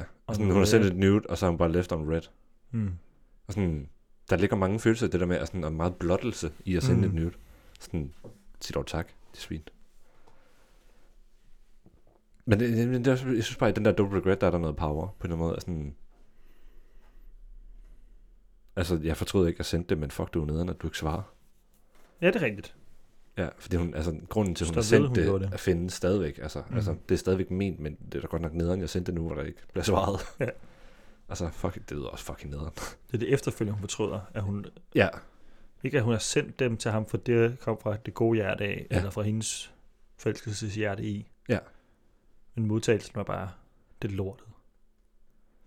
[SPEAKER 3] sådan,
[SPEAKER 2] On
[SPEAKER 3] Altså, hun har sendt
[SPEAKER 2] red.
[SPEAKER 3] et nude, og så har hun bare left on red.
[SPEAKER 2] Mm.
[SPEAKER 3] Og sådan, der ligger mange følelser i det der med, og, sådan, og meget blottelse i at sende mm.
[SPEAKER 2] Mm.
[SPEAKER 3] et nude. Sådan, sig dog tak, det er svin. Men det, det, det, er også- jeg synes bare, at i den der double regret, der er der noget power på en eller anden måde. og Sådan, altså, jeg fortrød ikke at sende det, men fuck, du er nederen, at du ikke svarer.
[SPEAKER 2] Ja, det er rigtigt.
[SPEAKER 3] Ja, fordi hun, altså, grunden til, at hun
[SPEAKER 2] Står
[SPEAKER 3] har
[SPEAKER 2] ved,
[SPEAKER 3] sendt
[SPEAKER 2] hun
[SPEAKER 3] det,
[SPEAKER 2] gjorde det.
[SPEAKER 3] er findes stadigvæk. Altså, mm.
[SPEAKER 2] Mhm.
[SPEAKER 3] altså, det er stadigvæk ment, men det er da godt nok nederen, jeg sendte det nu, hvor der ikke bliver svaret.
[SPEAKER 2] Ja.
[SPEAKER 3] altså, fuck, det lyder også fucking nederen.
[SPEAKER 2] Det er det efterfølgende, hun fortryder, at hun
[SPEAKER 3] Ja,
[SPEAKER 2] Ikke at hun har sendt dem til ham, for det kom fra det gode hjerte af,
[SPEAKER 3] Ja.
[SPEAKER 2] ja. eller fra hendes forelskelses hjerte i.
[SPEAKER 3] Ja.
[SPEAKER 2] Men modtagelsen var bare, det lortede.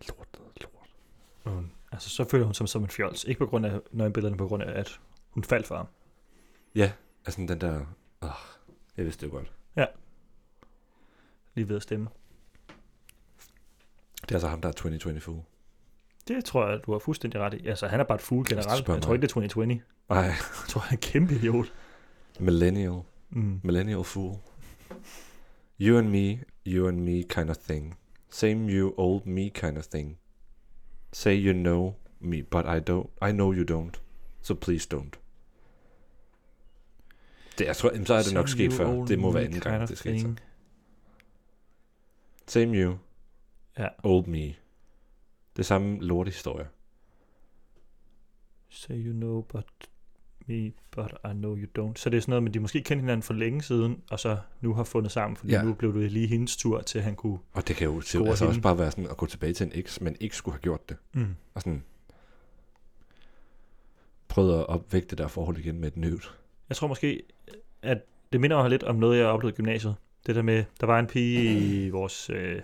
[SPEAKER 3] lort, lort.
[SPEAKER 2] Og hun, altså, så føler hun sig som en fjols. Ikke på grund af nøgenbillederne, på grund af, at hun faldt for ham.
[SPEAKER 3] Altså, den der, åh, jeg vidste det jo godt.
[SPEAKER 2] Lige ved at stemme.
[SPEAKER 3] Det er altså ham, der er 2020 fool.
[SPEAKER 2] Det tror jeg, du har fuldstændig ret i. Altså, han er bare et fugle
[SPEAKER 3] du
[SPEAKER 2] generelt.
[SPEAKER 3] spørger
[SPEAKER 2] Jeg
[SPEAKER 3] mig.
[SPEAKER 2] tror ikke, det er 2020.
[SPEAKER 3] Nej,
[SPEAKER 2] Jeg tror, han er en kæmpe idiot.
[SPEAKER 3] millennial.
[SPEAKER 2] Mm.
[SPEAKER 3] Millennial fool. You and me, you and me kind of thing. Same you, old me kind of thing. Say you know me, but I don't. I know you don't. So please don't. Det, jeg tror, jamen, så er det nok
[SPEAKER 2] Some
[SPEAKER 3] sket
[SPEAKER 2] you
[SPEAKER 3] før.
[SPEAKER 2] old
[SPEAKER 3] Det må
[SPEAKER 2] me
[SPEAKER 3] være anden
[SPEAKER 2] kind
[SPEAKER 3] gang,
[SPEAKER 2] of
[SPEAKER 3] det skete. Så.
[SPEAKER 2] thing.
[SPEAKER 3] Same you,
[SPEAKER 2] Ja.
[SPEAKER 3] old me. Det samme lortehistorie.
[SPEAKER 2] Say you know, but me, but I know you don't. Så det er sådan noget, men de måske kendte hinanden for længe siden, og så nu har fundet sammen, fordi
[SPEAKER 3] Ja.
[SPEAKER 2] ja. nu blev det lige hendes tur til, at han kunne...
[SPEAKER 3] Og det kan jo til,
[SPEAKER 2] Score
[SPEAKER 3] altså også
[SPEAKER 2] hende.
[SPEAKER 3] bare være sådan at gå tilbage til en eks, men ikke skulle have gjort det.
[SPEAKER 2] Mm.
[SPEAKER 3] Og sådan prøvet at opvække det der forhold igen med et nyt.
[SPEAKER 2] Jeg tror måske, at det minder mig lidt om noget, jeg oplevede i gymnasiet. Det der med, der var en pige i vores øh,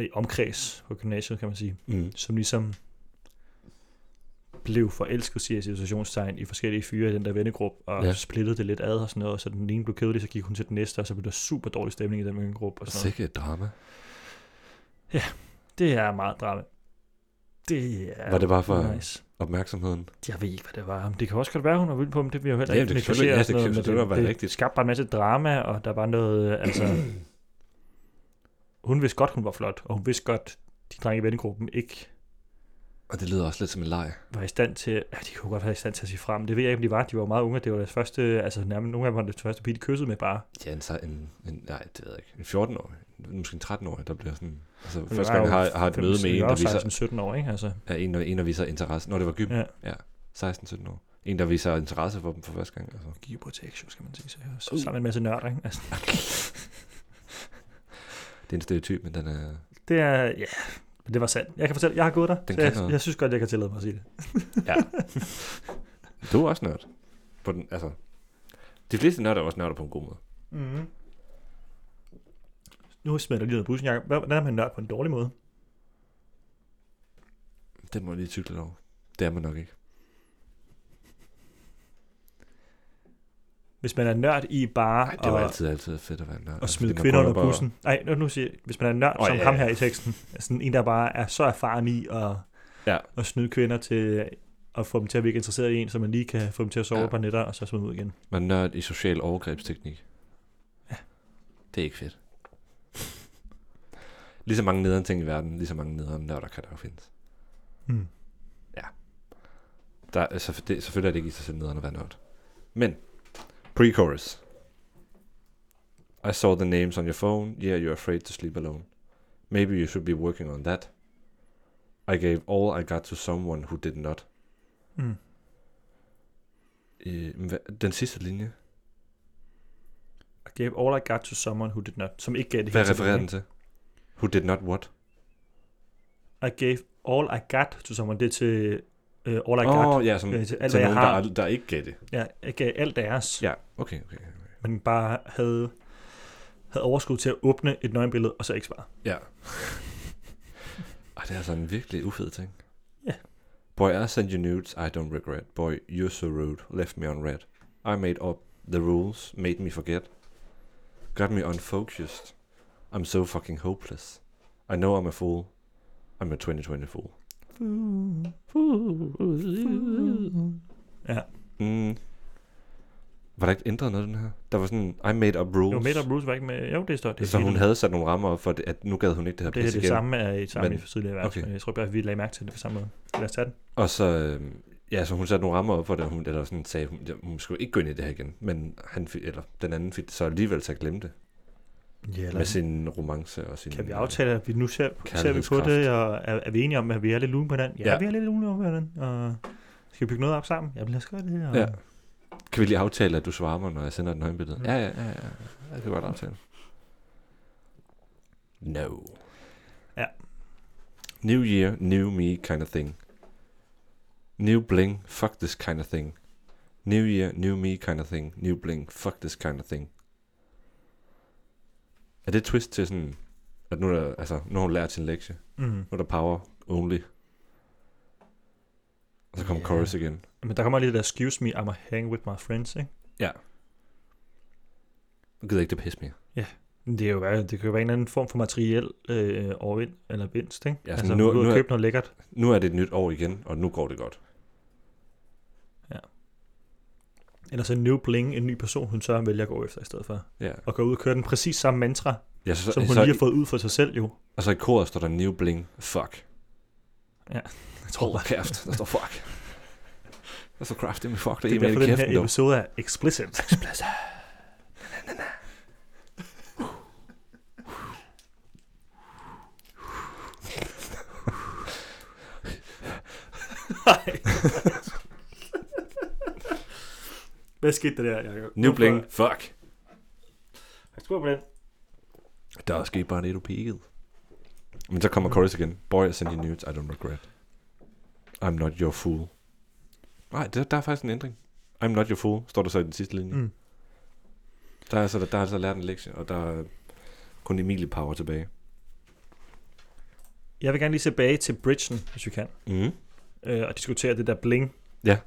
[SPEAKER 2] i omkreds på gymnasiet, kan man sige,
[SPEAKER 3] Mm.
[SPEAKER 2] som ligesom blev forelsket, siger jeg i situationstegn, i forskellige fyre i den der vennegruppe, og
[SPEAKER 3] Ja.
[SPEAKER 2] ja. splittede det lidt ad og sådan noget, og så den ene blev kedelig, så gik hun til den næste, og så blev der super dårlig stemning i den vennegruppe. Og sådan noget.
[SPEAKER 3] Sikke et drama.
[SPEAKER 2] Det er meget drama. Det er
[SPEAKER 3] Var det bare for-
[SPEAKER 2] Nice.
[SPEAKER 3] Opmærksomheden.
[SPEAKER 2] Jeg ved ikke, hvad det var. Men det kan også godt være, hun har vildt på dem. Det vil jeg jo heller
[SPEAKER 3] Ja,
[SPEAKER 2] ikke
[SPEAKER 3] det kan selvfølgelig- ja, det kan
[SPEAKER 2] sådan noget, men
[SPEAKER 3] selvfølgelig være
[SPEAKER 2] det,
[SPEAKER 3] rigtigt.
[SPEAKER 2] Det skabte bare en masse drama, og der var noget, øh, altså... hun vidste godt, hun var flot, og hun vidste godt, de drenge i vennegruppen ikke
[SPEAKER 3] Og det lyder også lidt som en leg.
[SPEAKER 2] var i stand til, ja, de kunne godt have været i stand til at sige frem. Det ved jeg ikke, om de var. De var jo meget unge, og det var deres første, altså nærmest nogle af dem var det første pige, de kyssede med bare.
[SPEAKER 3] Ja, en, sej- en, en, nej, det ved jeg ikke. En 14-årig, måske en 13-årig, der bliver sådan... Altså,
[SPEAKER 2] Men
[SPEAKER 3] første
[SPEAKER 2] jeg
[SPEAKER 3] gang, jeg
[SPEAKER 2] var
[SPEAKER 3] har, har et møde med en, der viser,
[SPEAKER 2] 17 år, ikke? Altså,
[SPEAKER 3] er en, der- en, der viser interesse. Når det var gym,
[SPEAKER 2] ja.
[SPEAKER 3] 16-17 år. En, der viser interesse for dem for første gang. Altså.
[SPEAKER 2] Give protection, skal man sige. Så, så sammen med en masse nørder, ikke? Altså,
[SPEAKER 3] Det er en stereotyp, men den er...
[SPEAKER 2] det er, ja, men det var sandt. Jeg kan fortælle, jeg har gået der, så
[SPEAKER 3] kan
[SPEAKER 2] jeg,
[SPEAKER 3] noget.
[SPEAKER 2] jeg, synes godt, jeg kan tillade mig at sige det.
[SPEAKER 3] Du er også nørd. På den, altså, de fleste nørder er også nørder på en god måde.
[SPEAKER 2] Mm. Nu smider jeg lige noget bussen, Jacob. Hvad- Hvordan er man nørd på en dårlig måde?
[SPEAKER 3] Den må jeg lige tykle lidt over. Det er man nok ikke.
[SPEAKER 2] Hvis man er nørd i bare
[SPEAKER 3] Nej, det var
[SPEAKER 2] at-
[SPEAKER 3] altid, altid fedt at være nørd. Altså,
[SPEAKER 2] at smide
[SPEAKER 3] fordi man
[SPEAKER 2] kvinder
[SPEAKER 3] prøver
[SPEAKER 2] under
[SPEAKER 3] bare-
[SPEAKER 2] bussen. Nej, nu, nu siger jeg, hvis man er en nørd
[SPEAKER 3] Åh,
[SPEAKER 2] oh, som
[SPEAKER 3] ja,
[SPEAKER 2] ja, ham
[SPEAKER 3] ja.
[SPEAKER 2] her i teksten, sådan en, der bare er så erfaren i at,
[SPEAKER 3] Ja.
[SPEAKER 2] at snyde kvinder til at få dem til at virke interesseret i en, så man lige kan få dem til at sove
[SPEAKER 3] Ja.
[SPEAKER 2] ja. et par nætter, og så smide dem ud igen.
[SPEAKER 3] Man er nørd i social overgrebsteknik.
[SPEAKER 2] Ja.
[SPEAKER 3] Det er ikke fedt. lige så mange nederen ting i verden, lige så mange nederen nørder kan der jo findes.
[SPEAKER 2] Mm.
[SPEAKER 3] Der, er- så det, selvfølgelig er det ikke i sig selv nederen at være nørd. Men, pre-chorus. I saw the names on your phone. Yeah, you're afraid to sleep alone. Maybe you should be working on that. I gave all I got to someone who did not.
[SPEAKER 2] Mm.
[SPEAKER 3] Øh, hva- den sidste linje,
[SPEAKER 2] I gave all I got to someone who did not, som ikke gav det
[SPEAKER 3] hvad
[SPEAKER 2] hele til
[SPEAKER 3] refererer
[SPEAKER 2] dem,
[SPEAKER 3] den til? Who did not what?
[SPEAKER 2] ikke? I gave all I got to someone, det er til uh, all I oh,
[SPEAKER 3] Åh,
[SPEAKER 2] got.
[SPEAKER 3] ja, som,
[SPEAKER 2] Øh, til alt,
[SPEAKER 3] til
[SPEAKER 2] hvad jeg
[SPEAKER 3] nogen,
[SPEAKER 2] har.
[SPEAKER 3] der, der ikke gav det.
[SPEAKER 2] Ja, jeg gav alt deres, ja.
[SPEAKER 3] Ja, okay, okay. okay.
[SPEAKER 2] men bare havde, havde overskud til at åbne et nøgenbillede, og så ikke svare.
[SPEAKER 3] Ja. Ej, det er altså en virkelig ufed ting.
[SPEAKER 2] Ja.
[SPEAKER 3] Boy, I sent you nudes, I don't regret. Boy, you're so rude, left me on red. I made up the rules, made me forget. Got me unfocused. I'm so fucking hopeless. I know I'm a fool. I'm a 2020 fool.
[SPEAKER 2] Ja.
[SPEAKER 3] Mm. Var der ikke ændret noget, den her? Der var sådan, I made up rules.
[SPEAKER 2] Jo, Made up Bruce var ikke med. Jo, det står det.
[SPEAKER 3] så hun
[SPEAKER 2] hele-
[SPEAKER 3] havde sat nogle rammer op for, det, at nu gad hun ikke det her
[SPEAKER 2] Det er
[SPEAKER 3] pis
[SPEAKER 2] det
[SPEAKER 3] igen.
[SPEAKER 2] samme af et samme
[SPEAKER 3] Men-
[SPEAKER 2] i tidligere vers,
[SPEAKER 3] okay.
[SPEAKER 2] okay. men jeg tror bare, at vi lagde mærke til det på samme måde. Lad os tage den.
[SPEAKER 3] Og så, øh, ja, så hun satte nogle rammer op for det, og hun, eller sådan sagde, hun, ja, hun skulle ikke gå ind i det her igen. Men han, fik- eller den anden fik så alligevel til at glemme det.
[SPEAKER 2] Ja,
[SPEAKER 3] Eller... Med sin romance og sin...
[SPEAKER 2] kan vi aftale, at vi nu ser, ser vi på
[SPEAKER 3] Kærlighedskraft.
[SPEAKER 2] det, og er, er vi enige om, at vi er lidt lune på hinanden? Ja,
[SPEAKER 3] Ja.
[SPEAKER 2] ja. vi er lidt lune på hinanden. Og skal vi bygge noget op sammen? Ja, men lad os gøre det. Og...
[SPEAKER 3] Ja. Kan vi lige aftale, at du svarer mig, når jeg sender et nøgenbillede?
[SPEAKER 2] Mm.
[SPEAKER 3] Ja, ja, ja, ja, ja. Det kan vi godt aftale. No.
[SPEAKER 2] Ja.
[SPEAKER 3] New year, new me kind of thing. New bling, fuck this kind of thing. New year, new me kind of thing. New bling, fuck this kind of thing. Er det et twist til sådan, at nu, er der, altså, nu har hun lært sin lektie.
[SPEAKER 2] Mm.
[SPEAKER 3] Nu er der power only. Og så kommer
[SPEAKER 2] Ja.
[SPEAKER 3] chorus igen.
[SPEAKER 2] Men der kommer lige det der, excuse me, I'm a hang with my friends, ikke?
[SPEAKER 3] Nu gider jeg ikke det pisse mere.
[SPEAKER 2] Men Det, er jo, være- det kan jo være en eller anden form for materiel øh, overvind eller vinst, ikke?
[SPEAKER 3] Ja,
[SPEAKER 2] altså,
[SPEAKER 3] sådan
[SPEAKER 2] nu,
[SPEAKER 3] nu-
[SPEAKER 2] ud
[SPEAKER 3] nu
[SPEAKER 2] og
[SPEAKER 3] er-
[SPEAKER 2] købe noget lækkert.
[SPEAKER 3] nu er det et nyt år igen, og nu går det godt.
[SPEAKER 2] Eller så en new bling, en ny person, hun så vælger at gå efter i stedet for.
[SPEAKER 3] Ja.
[SPEAKER 2] Og gå ud og køre den præcis samme mantra,
[SPEAKER 3] ja så,
[SPEAKER 2] som hun
[SPEAKER 3] så,
[SPEAKER 2] lige har fået ud for sig selv jo.
[SPEAKER 3] Og så i koret står der New Bling, fuck.
[SPEAKER 2] Jeg tror
[SPEAKER 3] Hold
[SPEAKER 2] bare,
[SPEAKER 3] kæft, der står fuck. Der står kraft med fuck, der
[SPEAKER 2] det er
[SPEAKER 3] er med
[SPEAKER 2] derfor,
[SPEAKER 3] i
[SPEAKER 2] den her
[SPEAKER 3] kæften, dog.
[SPEAKER 2] episode er explicit. Nej. Hvad skete der der, Jacob?
[SPEAKER 3] New Bling, fuck.
[SPEAKER 2] Jeg skruer på den.
[SPEAKER 3] Der er sket bare lidt upiket. Men så kommer chorus igen. Boy, I sent you nudes, I don't regret. I'm not your fool. Nej, der, der er faktisk en ændring. I'm not your fool, står der så i den sidste linje. Mm.
[SPEAKER 2] Mm.
[SPEAKER 3] Der er så der, der er så lært en lektie, og der er kun Emilie Power tilbage.
[SPEAKER 2] Jeg vil gerne lige tilbage til bridgen, hvis vi kan,
[SPEAKER 3] Mm.
[SPEAKER 2] øh, og diskutere det der bling.
[SPEAKER 3] Ja.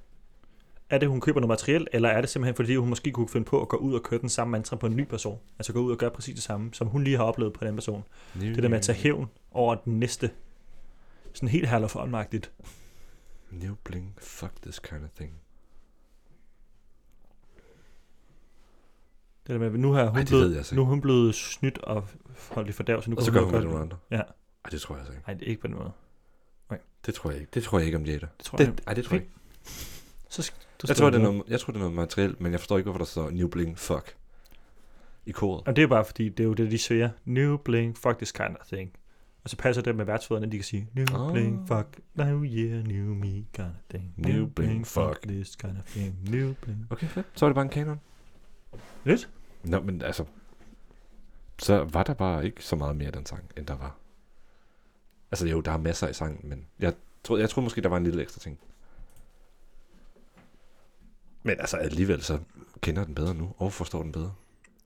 [SPEAKER 2] er det, hun køber noget materiel, eller er det simpelthen, fordi hun måske kunne finde på at gå ud og køre den samme mantra på en ny person? Altså gå ud og gøre præcis det samme, som hun lige har oplevet på den person. Det der med at
[SPEAKER 3] Mm.
[SPEAKER 2] tage hævn over den næste. Sådan helt herlofolmagtigt.
[SPEAKER 3] New blink, fuck this kind of thing.
[SPEAKER 2] Det der med, at nu, her, hun
[SPEAKER 3] Ej, det ved
[SPEAKER 2] blevet,
[SPEAKER 3] jeg altså
[SPEAKER 2] nu er hun blevet snydt og holdt i fordærv, så nu
[SPEAKER 3] Og så
[SPEAKER 2] kan
[SPEAKER 3] gør
[SPEAKER 2] hun
[SPEAKER 3] hun det
[SPEAKER 2] godt.
[SPEAKER 3] nogle andre.
[SPEAKER 2] Ja.
[SPEAKER 3] Ej, det tror jeg altså ikke.
[SPEAKER 2] Nej, det er ikke på den måde.
[SPEAKER 3] Det tror jeg ikke. Det tror jeg ikke, om det er der.
[SPEAKER 2] Det tror jeg.
[SPEAKER 3] Det, ej, det tror jeg
[SPEAKER 2] Fint.
[SPEAKER 3] ikke.
[SPEAKER 2] Så sk- du skriver
[SPEAKER 3] Jeg tror, det er
[SPEAKER 2] ned.
[SPEAKER 3] noget, jeg tror, det er noget materielt, men jeg forstår ikke, hvorfor der står new blink, fuck. I koret.
[SPEAKER 2] Og det er bare fordi, det er jo det, de siger. New bling, fuck this kind of thing. Og så passer det med værtsfødderne, de kan sige, new
[SPEAKER 3] Ah.
[SPEAKER 2] oh. bling, fuck, now yeah, new me kind of thing.
[SPEAKER 3] New bling, fuck.
[SPEAKER 2] this kind of thing. New bling.
[SPEAKER 3] Okay, fedt. Så er det bare en kanon.
[SPEAKER 2] Lidt.
[SPEAKER 3] Nå, men altså... Så var der bare ikke så meget mere af den sang, end der var. Altså jo, der er masser i sangen, men jeg troede, jeg troede måske, der var en lille ekstra ting. Men altså alligevel, så kender jeg den bedre nu, og forstår den bedre.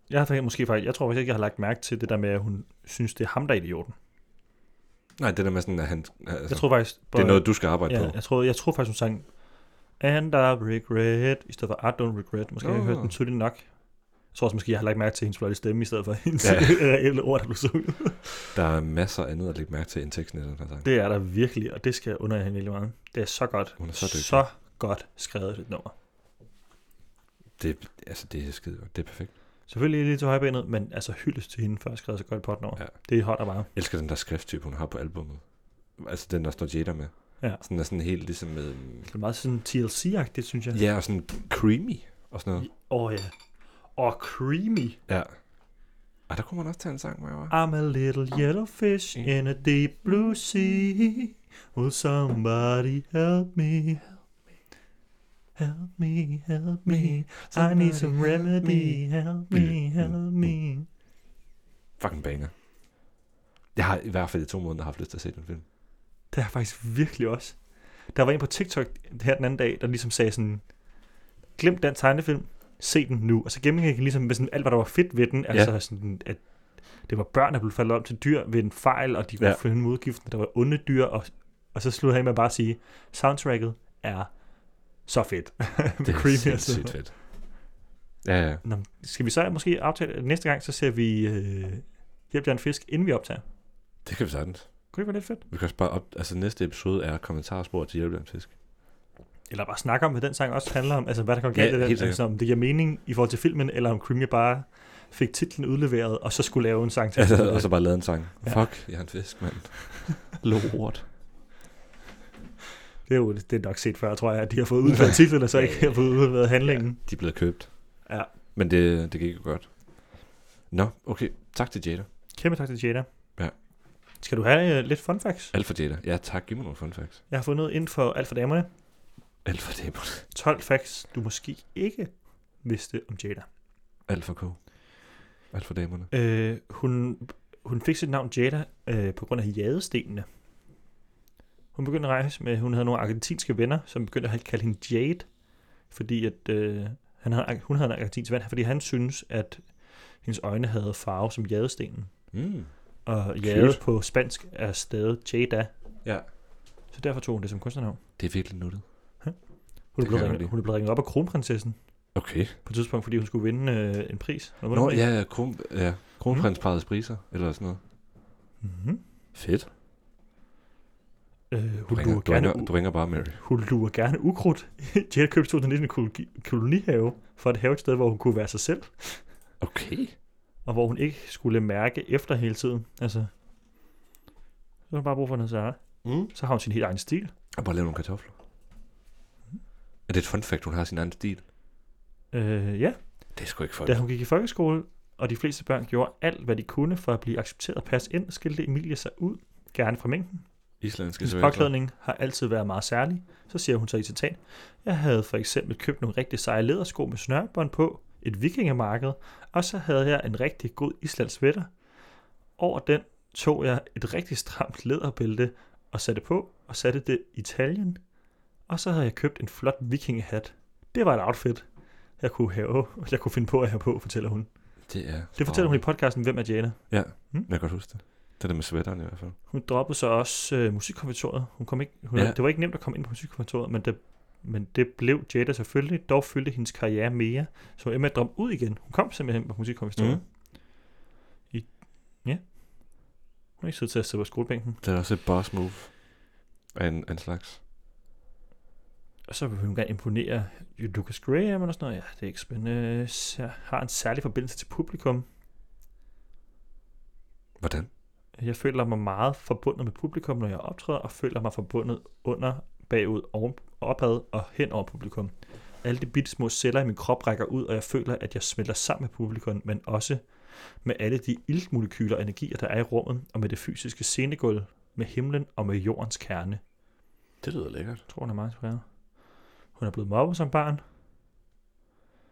[SPEAKER 2] Jeg har faktisk- måske faktisk, jeg tror faktisk ikke, jeg har lagt mærke til det der med, at hun synes, det er ham, der er idioten.
[SPEAKER 3] Nej, det der med sådan, at han... Altså,
[SPEAKER 2] jeg tror faktisk,
[SPEAKER 3] det er noget, du skal arbejde
[SPEAKER 2] ja,
[SPEAKER 3] på.
[SPEAKER 2] jeg, tror, jeg tror faktisk, hun sang And I regret, i stedet for I don't regret. Måske har jeg hørt
[SPEAKER 3] Ah.
[SPEAKER 2] den tydeligt nok. Jeg tror også, måske jeg har lagt mærke til hendes flotte stemme, i stedet for hendes
[SPEAKER 3] Ja.
[SPEAKER 2] ja. reelle ord, der blev sunget.
[SPEAKER 3] Der er masser andet at lægge mærke til end teksten i den her sang.
[SPEAKER 2] Det er der virkelig, og det skal jeg under hende virkelig meget. Det er så godt,
[SPEAKER 3] Hun er så
[SPEAKER 2] så,
[SPEAKER 3] dygtig.
[SPEAKER 2] så godt skrevet det nummer.
[SPEAKER 3] Det, altså, det er skide godt. Det er perfekt.
[SPEAKER 2] Selvfølgelig lidt til højbenet, men altså hyldest til hende, for at have skrevet så godt på et nummer.
[SPEAKER 3] Ja.
[SPEAKER 2] Ja. Det holder bare.
[SPEAKER 3] Jeg elsker den der skrifttype, hun har på albummet. Altså den, der står Jada med.
[SPEAKER 2] Ja.
[SPEAKER 3] Sådan er sådan helt ligesom med...
[SPEAKER 2] Det er meget sådan TLC-agtigt, synes jeg.
[SPEAKER 3] Ja, og sådan creamy og sådan noget.
[SPEAKER 2] Åh oh, ja. Og creamy.
[SPEAKER 3] Ja. Og der kunne man også tage en sang med, hva'?
[SPEAKER 2] I'm a little yellowfish in a deep blue sea. Will somebody help me? Help me, help me. I need some remedy. Help me, help me.
[SPEAKER 3] Fucking banger. Jeg har i hvert fald i to måneder haft lyst til at se den film.
[SPEAKER 2] Det har jeg faktisk virkelig også. Der var en på TikTok her den anden dag, der ligesom sagde sådan, glem den tegnefilm, se den nu. Og så gennemgik jeg ligesom med sådan alt, hvad der var fedt ved den. Altså sådan, at det var børn, der blev faldet om til dyr ved en fejl, og de kunne
[SPEAKER 3] Ja.
[SPEAKER 2] ja. finde med udgiften, der var onde dyr. Og, og så sluttede han med bare at sige, soundtracket er så fedt. det
[SPEAKER 3] sindssygt fedt. Ja, ja.
[SPEAKER 2] Nå, men skal vi så måske aftale, at næste gang så ser vi øh, Hjælp jer en fisk, inden vi optager?
[SPEAKER 3] Det kan vi sagtens.
[SPEAKER 2] Kunne det være lidt fedt?
[SPEAKER 3] Vi kan også bare op... Altså næste episode er kommentarspor til Hjælpland Fisk.
[SPEAKER 2] eller bare snakke om, hvad den sang også handler om, altså hvad der går galt ja,
[SPEAKER 3] Ja,
[SPEAKER 2] i den,
[SPEAKER 3] helt
[SPEAKER 2] altså om det giver mening i forhold til filmen, eller om Creamy bare fik titlen udleveret, og så skulle lave en sang til.
[SPEAKER 3] Altså,
[SPEAKER 2] det.
[SPEAKER 3] og så bare lavet en sang.
[SPEAKER 2] Ja.
[SPEAKER 3] Fuck, jeg er en fisk, mand. Lort.
[SPEAKER 2] Det er jo det er nok set før, tror jeg, at de har fået udleveret titlen, og så ikke har fået udleveret handlingen.
[SPEAKER 3] De er blevet købt.
[SPEAKER 2] Ja.
[SPEAKER 3] Men det, det gik jo godt. Nå, okay. Tak til Jada.
[SPEAKER 2] Kæmpe tak til Jada.
[SPEAKER 3] Ja.
[SPEAKER 2] Skal du have uh, lidt fun facts?
[SPEAKER 3] Alt for Jada. Ja, tak. Giv mig nogle fun facts.
[SPEAKER 2] Jeg har fundet ind for alt for damerne.
[SPEAKER 3] Alt for Damon.
[SPEAKER 2] 12 facts, du måske ikke vidste om Jada.
[SPEAKER 3] Alt for K. Alt for damerne.
[SPEAKER 2] Øh, hun, hun fik sit navn Jada øh, på grund af jadestenene. Hun begyndte at rejse med, hun havde nogle argentinske venner, som begyndte at kalde hende Jade, fordi at, øh, han havde, hun havde en argentinsk ven, fordi han synes, at hendes øjne havde farve som jadestenen.
[SPEAKER 3] Mm.
[SPEAKER 2] Og jade
[SPEAKER 3] Cute.
[SPEAKER 2] på spansk er stadig Jada,
[SPEAKER 3] Ja.
[SPEAKER 2] så derfor tog hun det som kunstnernavn.
[SPEAKER 3] Det er virkelig nuttet.
[SPEAKER 2] Hun, er
[SPEAKER 3] Det kan jeg
[SPEAKER 2] blevet,
[SPEAKER 3] godt lide.
[SPEAKER 2] ringet, hun er blevet ringet op af kronprinsessen
[SPEAKER 3] Okay.
[SPEAKER 2] på et tidspunkt, fordi hun skulle vinde øh, en pris. Hvad var
[SPEAKER 3] Nå,
[SPEAKER 2] det?
[SPEAKER 3] ja, ja, kron, ja. kronprinsparets priser, eller sådan noget.
[SPEAKER 2] Mm-hmm.
[SPEAKER 3] Fedt.
[SPEAKER 2] Øh,
[SPEAKER 3] Du
[SPEAKER 2] hun
[SPEAKER 3] ringer,
[SPEAKER 2] lurer
[SPEAKER 3] du,
[SPEAKER 2] gerne
[SPEAKER 3] ringer, du ringer bare Mary.
[SPEAKER 2] Hun lurer gerne ukrudt. Jada købte 2019 en koloni- kolonihave for at have et sted, hvor hun kunne være sig selv,
[SPEAKER 3] Okay.
[SPEAKER 2] og hvor hun ikke skulle mærke efter hele tiden. Altså, så har hun bare brug for noget særligt.
[SPEAKER 3] Mm.
[SPEAKER 2] Så har hun sin helt egen stil.
[SPEAKER 3] Og bare lave nogle kartofler. Mm. Er det et fun fact, hun har sin egen stil?
[SPEAKER 2] Øh, ja,
[SPEAKER 3] Det er sgu ikke for
[SPEAKER 2] da hun gik i folkeskole, og de fleste børn gjorde alt, hvad de kunne for at blive accepteret og passe ind, skilte Emilie sig ud, gerne fra mængden.
[SPEAKER 3] islandske
[SPEAKER 2] Hendes
[SPEAKER 3] serveringssteder.
[SPEAKER 2] påklædning har altid været meget særlig. Så siger hun så i citat, jeg havde for eksempel købt nogle rigtig seje lædersko med snørbånd på, et vikingemarked, og så havde jeg en rigtig god islandsvætter. Over den tog jeg et rigtig stramt læderbælte og satte på, og satte det i taljen. Og så havde jeg købt en flot vikingehat. Det var et outfit, jeg kunne, have, jeg kunne finde på at have på, fortæller hun.
[SPEAKER 3] Det er...
[SPEAKER 2] Det fortæller hun i podcasten, hvem er Jana.
[SPEAKER 3] Ja,
[SPEAKER 2] Mm.
[SPEAKER 3] jeg kan godt huske det. Det der med sweateren i hvert fald.
[SPEAKER 2] Hun droppede så også øh, musikkonservatoriet. Hun kom ikke, hun,
[SPEAKER 3] Ja.
[SPEAKER 2] ja. Det var ikke nemt at komme ind på musikkonservatoriet, men da men det blev Jada selvfølgelig, dog fyldte hendes karriere mere, så Emma drøm ud igen. Hun kom simpelthen på musikkonservatoriet.
[SPEAKER 3] Mm.
[SPEAKER 2] Mm. I, ja. Hun har ikke siddet til at sidde på skolebænken.
[SPEAKER 3] Det er også et boss move af en, af en slags.
[SPEAKER 2] Og så vil hun gerne imponere Lucas Graham eller sådan noget. Ja, det er ikke spændende. Jeg har en særlig forbindelse til publikum.
[SPEAKER 3] Hvordan?
[SPEAKER 2] Jeg føler mig meget forbundet med publikum, når jeg optræder, og føler mig forbundet under, bagud, oven, opad og hen over publikum. Alle de bitte små celler i min krop rækker ud, og jeg føler, at jeg smelter sammen med publikum, men også med alle de iltmolekyler og energier, der er i rummet, og med det fysiske scenegulv, med himlen og med jordens kerne.
[SPEAKER 3] Det lyder lækkert.
[SPEAKER 2] Jeg tror, hun er meget inspireret. Hun er blevet mobbet som barn.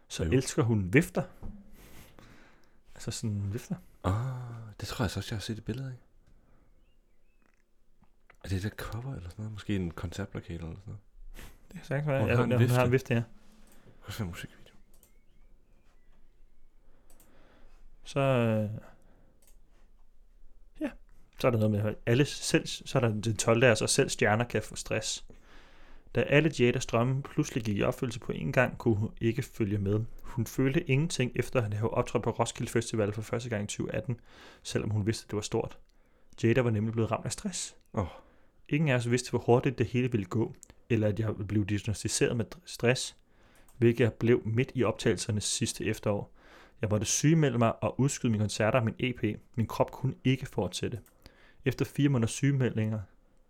[SPEAKER 2] Så
[SPEAKER 3] Jo.
[SPEAKER 2] elsker hun vifter. Altså sådan vifter.
[SPEAKER 3] Ah, det tror jeg så også, jeg har set et billede af. Er det der cover eller sådan noget? Måske en koncertlokale eller sådan noget?
[SPEAKER 2] Det kan sagtens være.
[SPEAKER 3] Hun
[SPEAKER 2] Ja,
[SPEAKER 3] har en
[SPEAKER 2] Hun, hun har
[SPEAKER 3] vifte.
[SPEAKER 2] en vifte, ja.
[SPEAKER 3] Det kan også være en musikvideo.
[SPEAKER 2] Så... øh, Ja. Så er der noget med, at alle selv... Så er der den 12. altså selv stjerner kan få stress. Da alle Jadas drømme pludselig gik i opfyldelse på en gang, kunne hun ikke følge med. Hun følte ingenting efter at have optrådt på Roskilde Festival for første gang i 2018, selvom hun vidste, at det var stort. Jada var nemlig blevet ramt af stress.
[SPEAKER 3] Åh.
[SPEAKER 2] Ingen af os vidste, hvor hurtigt det hele ville gå, eller at jeg blev diagnostiseret med dr- stress, hvilket jeg blev midt i optagelserne sidste efterår. Jeg måtte sygemelde mig og udskyde mine koncerter og min EP. Min krop kunne ikke fortsætte. Efter fire måneders sygemeldinger,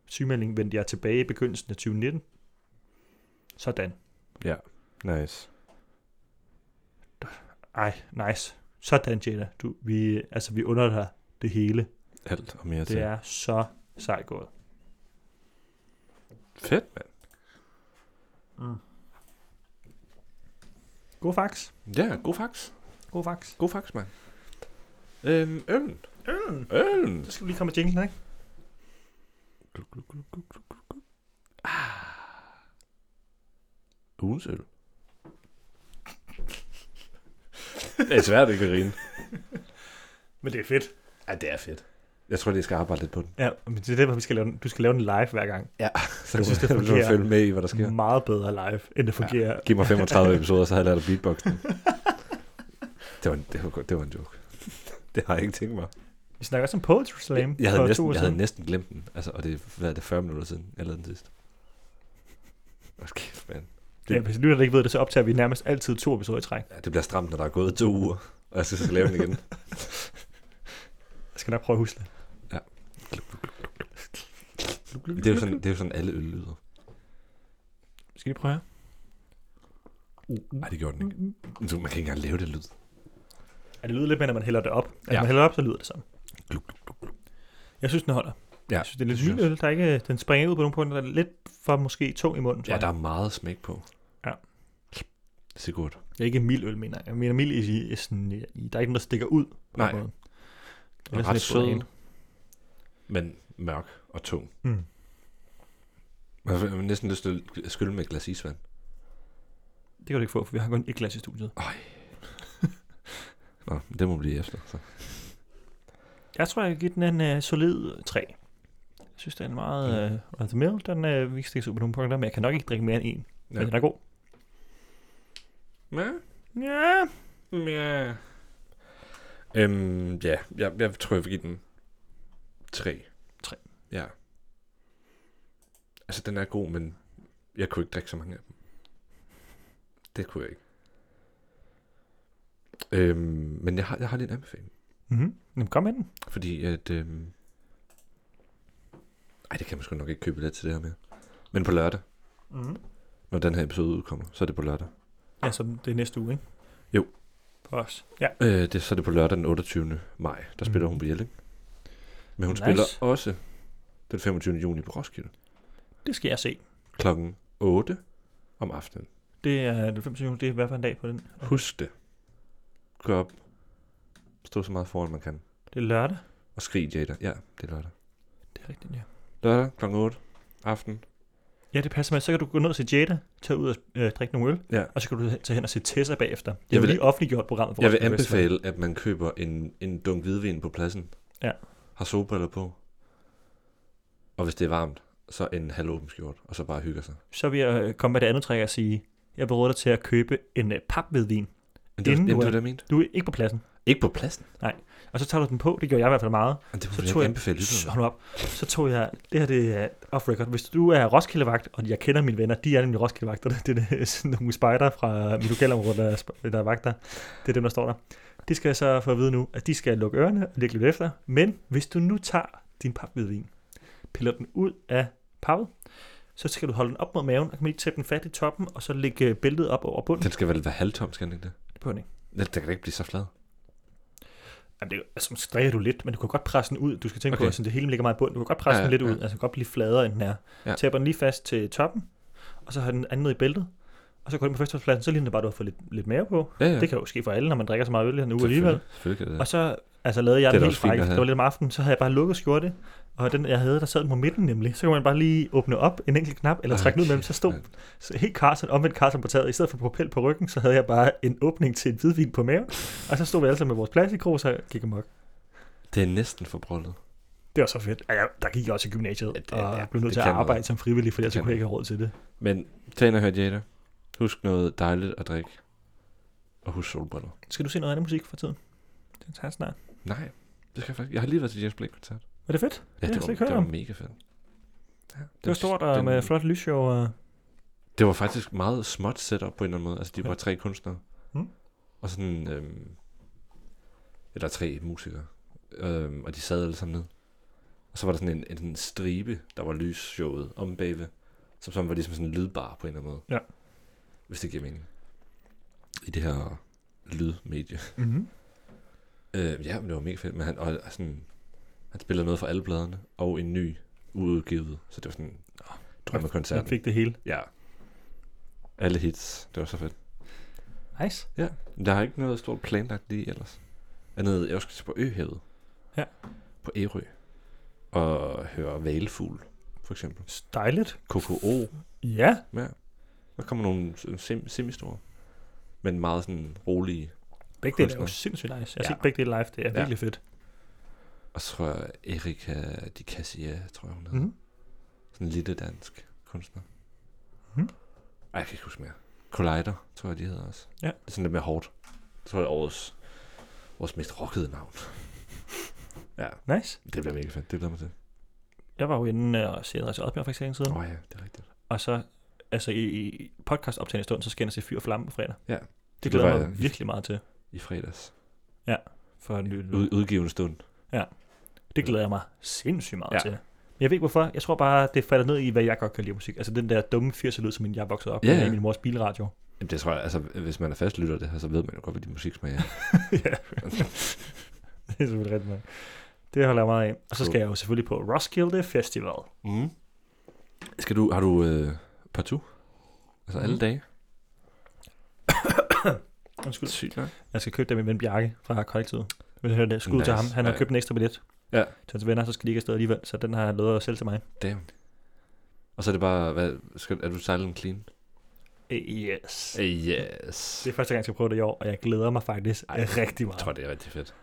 [SPEAKER 2] sygemelding vendte jeg tilbage i begyndelsen af 2019. Sådan.
[SPEAKER 3] Ja, nice.
[SPEAKER 2] Ej, nice. Sådan, Jada. Du, vi, altså, vi under dig det hele.
[SPEAKER 3] Alt og mere til.
[SPEAKER 2] Det er så sejt gået.
[SPEAKER 3] Fedt, mand.
[SPEAKER 2] God fax.
[SPEAKER 3] Ja, god fax.
[SPEAKER 2] God fax.
[SPEAKER 3] God fax, mand. Øhm, øl.
[SPEAKER 2] Mm.
[SPEAKER 3] Øl.
[SPEAKER 2] Så skal vi lige komme med jinglen, ikke?
[SPEAKER 3] Ugens øl. det er svært ikke at grine.
[SPEAKER 2] Men det er fedt.
[SPEAKER 3] Ja, det er fedt. Jeg tror, det skal arbejde lidt på den.
[SPEAKER 2] Ja, men det er derfor, vi skal lave den. Du skal lave den live hver gang.
[SPEAKER 3] Så
[SPEAKER 2] Jeg synes, det
[SPEAKER 3] kan man
[SPEAKER 2] fungerer.
[SPEAKER 3] følge med i, hvad der sker.
[SPEAKER 2] Meget bedre live, end det fungerer.
[SPEAKER 3] Giv mig 35 episoder, så har jeg lært at beatboxe den. Det var, en, det, var, godt- det var en joke. Det har jeg ikke tænkt mig.
[SPEAKER 2] Vi snakker også om Poetry Slam.
[SPEAKER 3] Jeg havde,
[SPEAKER 2] for to
[SPEAKER 3] næsten,
[SPEAKER 2] uger
[SPEAKER 3] jeg havde
[SPEAKER 2] siden.
[SPEAKER 3] næsten glemt den, altså, og det hvad er det 40 minutter siden, jeg lavede den sidst. Åh, kæft, mand.
[SPEAKER 2] Ja, hvis lytterne ikke ved det, så optager vi nærmest altid to episoder i træk.
[SPEAKER 3] Ja, det bliver stramt, når der er gået to uger, og jeg skal så lave den igen.
[SPEAKER 2] Jeg skal nok prøve at huske det.
[SPEAKER 3] Det er jo sådan, det er jo sådan alle øl lyder.
[SPEAKER 2] Skal vi prøve her?
[SPEAKER 3] Nej, det gjorde den ikke. Men så Man kan ikke engang lave det lyd.
[SPEAKER 2] Ja, det lyder lidt mere, når man hælder det op. Når
[SPEAKER 3] Ja.
[SPEAKER 2] ja. man hælder det op, så lyder det sådan. Jeg synes, den holder.
[SPEAKER 3] Ja,
[SPEAKER 2] jeg synes, det er lidt
[SPEAKER 3] det synes
[SPEAKER 2] sygt øl. Der er ikke, den springer ud på nogle punkter, der er lidt for måske tung i munden. tror
[SPEAKER 3] Ja,
[SPEAKER 2] jeg.
[SPEAKER 3] der er meget smæk på.
[SPEAKER 2] Ja.
[SPEAKER 3] Sigurd.
[SPEAKER 2] Det er ikke mild øl, mener jeg. Jeg mener mild i, i, sådan, i, i- der er ikke noget, der stikker ud. På den
[SPEAKER 3] Nej.
[SPEAKER 2] Måde.
[SPEAKER 3] Den er
[SPEAKER 2] sådan
[SPEAKER 3] ret
[SPEAKER 2] lidt
[SPEAKER 3] sød,
[SPEAKER 2] bland.
[SPEAKER 3] men mørk og tung.
[SPEAKER 2] Mm.
[SPEAKER 3] Man har næsten lyst til at skylle med et glas isvand.
[SPEAKER 2] Det kan du ikke få, for vi har kun et glas i studiet.
[SPEAKER 3] Nå, det må blive efter. Så.
[SPEAKER 2] Jeg tror, jeg kan give den en uh, solid 3. Jeg synes, den er en meget
[SPEAKER 3] Mm.
[SPEAKER 2] uh, run the mill. Den uh, vi stikker ud på nogle punkter, men jeg kan nok ikke drikke mere end en. Ja.
[SPEAKER 3] Ja.
[SPEAKER 2] Men den er god.
[SPEAKER 3] Ja.
[SPEAKER 2] Ja.
[SPEAKER 3] Ja. Øhm, ja, jeg, jeg tror, jeg vil give den tre.
[SPEAKER 2] Tre.
[SPEAKER 3] Ja. Altså, den er god, men jeg kunne ikke drikke så mange af dem. Det kunne jeg ikke. Øhm, men jeg har, jeg har lidt anbefaling.
[SPEAKER 2] Mm-hmm. Jamen, kom med den.
[SPEAKER 3] Fordi at... Øhm... Ej, det kan man sgu nok ikke købe lidt til det her med. Men på lørdag,
[SPEAKER 2] Mm-hmm.
[SPEAKER 3] når den her episode udkommer, så er det på lørdag.
[SPEAKER 2] Ja, som det er næste uge, ikke?
[SPEAKER 3] Jo.
[SPEAKER 2] For os. Ja.
[SPEAKER 3] Øh, det, så er det på lørdag den 28. maj. Der spiller
[SPEAKER 2] Mhm.
[SPEAKER 3] hun på Jelling. Men hun Mm. nice.
[SPEAKER 2] Nice.
[SPEAKER 3] spiller også den 25. juni på Roskilde.
[SPEAKER 2] Det skal jeg se.
[SPEAKER 3] Klokken 8 om aftenen.
[SPEAKER 2] Det er den 25. juni. Det er hvad for en dag på den?
[SPEAKER 3] Husk det. Gå op. Stå så meget foran, man kan.
[SPEAKER 2] Det er lørdag.
[SPEAKER 3] Og skrig, Jada. Ja, det er lørdag.
[SPEAKER 2] Det er rigtigt, ja.
[SPEAKER 3] Lørdag klokken 8 aften.
[SPEAKER 2] Ja, det passer med. Så kan du gå ned og se Jada, tage ud og øh, drikke nogle øl,
[SPEAKER 3] Ja.
[SPEAKER 2] og så kan du tage hen og se Tessa bagefter. Jeg,
[SPEAKER 3] Jeg
[SPEAKER 2] jeg
[SPEAKER 3] vil-
[SPEAKER 2] vil lige offentliggjort programmet for
[SPEAKER 3] Jeg vil
[SPEAKER 2] Roskilde Festival.
[SPEAKER 3] anbefale, at man køber en, en dunk hvidvin på pladsen.
[SPEAKER 2] Ja.
[SPEAKER 3] Har solbriller på. Og hvis det er varmt, så en halvåben skjort, og så bare hygger sig.
[SPEAKER 2] Så vil jeg øh, komme med det andet trick og sige, jeg beråder dig til at købe en øh, papvedvin.
[SPEAKER 3] Men det var,
[SPEAKER 2] Inden
[SPEAKER 3] jamen,
[SPEAKER 2] du
[SPEAKER 3] det, var
[SPEAKER 2] er-
[SPEAKER 3] det, jeg mente.
[SPEAKER 2] Du er ikke på pladsen.
[SPEAKER 3] Ikke på pladsen.
[SPEAKER 2] Og så tager du den på, det gjorde jeg i hvert fald meget.
[SPEAKER 3] Men
[SPEAKER 2] Så
[SPEAKER 3] det var det,
[SPEAKER 2] tog
[SPEAKER 3] jeg
[SPEAKER 2] jeg-
[SPEAKER 3] anbefale
[SPEAKER 2] Shh, Hold
[SPEAKER 3] lytterne.
[SPEAKER 2] nu op. Så tog jeg, det her det er off record. Hvis du er Roskildevagt, og jeg kender mine venner, de er nemlig Roskildevagter. Det er det- sådan nogle spejder fra mit lokalområde, der, er sp- der er vagter. Det er dem, der står der. Det skal jeg så få at vide nu, at de skal lukke ørerne og ligge lidt efter. Men hvis du nu tager din paphvidvin, piller den ud af pappet, så skal du holde den op mod maven, og kan man lige tage den fat i toppen, og så lægge bæltet op over bunden.
[SPEAKER 3] Den skal vel være halvtom, skal den ikke det?
[SPEAKER 2] Det behøver den ikke.
[SPEAKER 3] Den, den kan da ikke blive så flad.
[SPEAKER 2] Jamen, det er, jo- altså, så strikker du lidt, men du kan godt presse den ud. Du skal tænke okay. på,
[SPEAKER 3] Okay.
[SPEAKER 2] at sådan, det hele ligger meget i bunden. Du kan godt presse
[SPEAKER 3] Ja,
[SPEAKER 2] ja, den lidt
[SPEAKER 3] ja.
[SPEAKER 2] ja. ud, altså den kan godt blive fladere, end den er.
[SPEAKER 3] Ja.
[SPEAKER 2] Ja. Taber den lige fast til toppen, og så har den anden ned i bæltet, og så går den på festivalpladsen, så ligner det bare, at du har fået lidt, lidt mere på.
[SPEAKER 3] Ja, ja.
[SPEAKER 2] Ja. Det kan jo ske for alle, når man drikker så meget øl her nu
[SPEAKER 3] Selvfølgelig-
[SPEAKER 2] alligevel.
[SPEAKER 3] Selvfølgelig kan det.
[SPEAKER 2] Og så altså, lavede jeg
[SPEAKER 3] Det
[SPEAKER 2] det
[SPEAKER 3] er da
[SPEAKER 2] den helt
[SPEAKER 3] også fint
[SPEAKER 2] frække,
[SPEAKER 3] at have.
[SPEAKER 2] det var lidt om aftenen, så havde jeg bare lukket skjorte, og den jeg havde, der sad den på midten nemlig. Så kunne man bare lige åbne op en enkelt knap, eller trække den ud mellem, så stod
[SPEAKER 3] mand.
[SPEAKER 2] så helt Carson, omvendt Carson på taget. I stedet for propel på ryggen, så havde jeg bare en åbning til en hvidvin på maven, og så stod vi alle sammen med vores plastikkrus og gik amok.
[SPEAKER 3] Det er næsten for brøllet.
[SPEAKER 2] Det var så fedt. Og jeg, der gik jeg også i gymnasiet,
[SPEAKER 3] Ja, det-
[SPEAKER 2] og
[SPEAKER 3] ja,
[SPEAKER 2] jeg blev nødt
[SPEAKER 3] det
[SPEAKER 2] til at
[SPEAKER 3] kan
[SPEAKER 2] arbejde
[SPEAKER 3] noget.
[SPEAKER 2] som frivillig, for ellers
[SPEAKER 3] Det kan
[SPEAKER 2] kunne jeg ikke have råd til det.
[SPEAKER 3] Men tag ind og hør Jada. Husk noget dejligt at drikke. Og husk solbriller.
[SPEAKER 2] Skal du se noget andet musik for tiden? Det tager snart.
[SPEAKER 3] Nej, det skal jeg faktisk. Jeg har lige været til James Blake koncert.
[SPEAKER 2] Var det fedt?
[SPEAKER 3] Ja,
[SPEAKER 2] har
[SPEAKER 3] det,
[SPEAKER 2] jeg
[SPEAKER 3] var,
[SPEAKER 2] slet ikke
[SPEAKER 3] det
[SPEAKER 2] hørt
[SPEAKER 3] var
[SPEAKER 2] om.
[SPEAKER 3] mega fedt. Ja,
[SPEAKER 2] Det var stort og med flot lysshow. øh, Og...
[SPEAKER 3] Det var faktisk meget småt setup på en eller anden måde. Altså, de var tre kunstnere.
[SPEAKER 2] Mm.
[SPEAKER 3] Og sådan... Øhm, eller tre musikere. Øhm, og de sad alle sammen ned. Og så var der sådan en, en, sådan stribe, der var lysshowet om bagved. Som sådan var ligesom sådan en lydbar på en eller anden måde.
[SPEAKER 2] Ja.
[SPEAKER 3] Hvis det giver mening. I det her lydmedie.
[SPEAKER 2] Mm-hmm.
[SPEAKER 3] Øh, ja, men det var mega fedt. Men han, og, sådan, han spillede noget for alle bladene, og en ny uudgivet. Så det var sådan åh,
[SPEAKER 2] Jeg
[SPEAKER 3] drømmekoncert.
[SPEAKER 2] fik det hele.
[SPEAKER 3] Ja. Alle hits. Det var så fedt.
[SPEAKER 2] Nice.
[SPEAKER 3] Ja. Men der er ikke noget stort planlagt lige ellers. Andet, jeg skal til på Øhavet.
[SPEAKER 2] Ja.
[SPEAKER 3] På Ærø. Og høre valfugl, for eksempel.
[SPEAKER 2] Dejligt.
[SPEAKER 3] KKO.
[SPEAKER 2] Ja.
[SPEAKER 3] Ja. Der kommer nogle sem- semistore. Men meget sådan rolige.
[SPEAKER 2] Begge dele er jo
[SPEAKER 3] Kunstner.
[SPEAKER 2] sindssygt nice. Jeg har
[SPEAKER 3] Ja.
[SPEAKER 2] set begge dele live. Det er
[SPEAKER 3] Ja.
[SPEAKER 2] virkelig fedt.
[SPEAKER 3] Og så tror jeg, Erika de Cassia, tror jeg hun hedder.
[SPEAKER 2] Mm-hmm.
[SPEAKER 3] Sådan en lille dansk kunstner.
[SPEAKER 2] Mhm.
[SPEAKER 3] Ej, jeg kan ikke huske mere. Collider, tror jeg, de hedder også.
[SPEAKER 2] Ja.
[SPEAKER 3] Det er sådan lidt mere hårdt. Det tror jeg er årets, vores mest rockede navn. ja,
[SPEAKER 2] Nice.
[SPEAKER 3] det bliver mega fedt. Det glæder jeg mig til.
[SPEAKER 2] Jeg var jo inde øh, og se Andreas Oddbjerg for ikke så længe siden.
[SPEAKER 3] Åh oh, ja, det er rigtigt.
[SPEAKER 2] Og så, altså i, i podcast optagende stund, så skal jeg ind og se Fyr og Flamme på fredag.
[SPEAKER 3] Ja.
[SPEAKER 2] Det glæder
[SPEAKER 3] var
[SPEAKER 2] jeg
[SPEAKER 3] jeg-
[SPEAKER 2] mig virkelig meget til.
[SPEAKER 3] I fredags.
[SPEAKER 2] For en lille-
[SPEAKER 3] Ud, udgivende stund.
[SPEAKER 2] Det glæder jeg mig sindssygt meget
[SPEAKER 3] Ja.
[SPEAKER 2] ja. til. Men jeg ved ikke hvorfor. Jeg tror bare, det falder ned i, hvad jeg godt kan lide af musik. Altså den der dumme 80'er lyd, som jeg voksede op
[SPEAKER 3] Ja,
[SPEAKER 2] yeah. med
[SPEAKER 3] ja.
[SPEAKER 2] i min mors bilradio.
[SPEAKER 3] Jamen, det tror jeg, altså, hvis man er fastlytter af det her, så ved man jo godt, hvad de musiksmag er.
[SPEAKER 2] ja.
[SPEAKER 3] Altså.
[SPEAKER 2] det er selvfølgelig rigtigt. nok. Det holder jeg meget af. Og så skal
[SPEAKER 3] Cool.
[SPEAKER 2] jeg jo selvfølgelig på Roskilde Festival.
[SPEAKER 3] mm. Skal du, har du øh, partout? Altså alle
[SPEAKER 2] Mhm.
[SPEAKER 3] dage?
[SPEAKER 2] Undskyld.
[SPEAKER 3] Sygt nok.
[SPEAKER 2] Jeg skal købe det med min ven Bjarke fra kollektivet. Vil du høre det? Skud nice. til
[SPEAKER 3] Nice.
[SPEAKER 2] ham. Han har
[SPEAKER 3] Ja.
[SPEAKER 2] købt en ekstra billet.
[SPEAKER 3] Ja.
[SPEAKER 2] Til hans venner, så skal de ikke afsted alligevel. Så den har jeg lovet at sælge til mig.
[SPEAKER 3] Damn. Og så er det bare, hvad, skal, er du silent clean?
[SPEAKER 2] Yes.
[SPEAKER 3] Yes.
[SPEAKER 2] Det er første gang, jeg skal prøve det i år, og jeg glæder mig faktisk Ej, rigtig meget.
[SPEAKER 3] Jeg tror, det er rigtig fedt.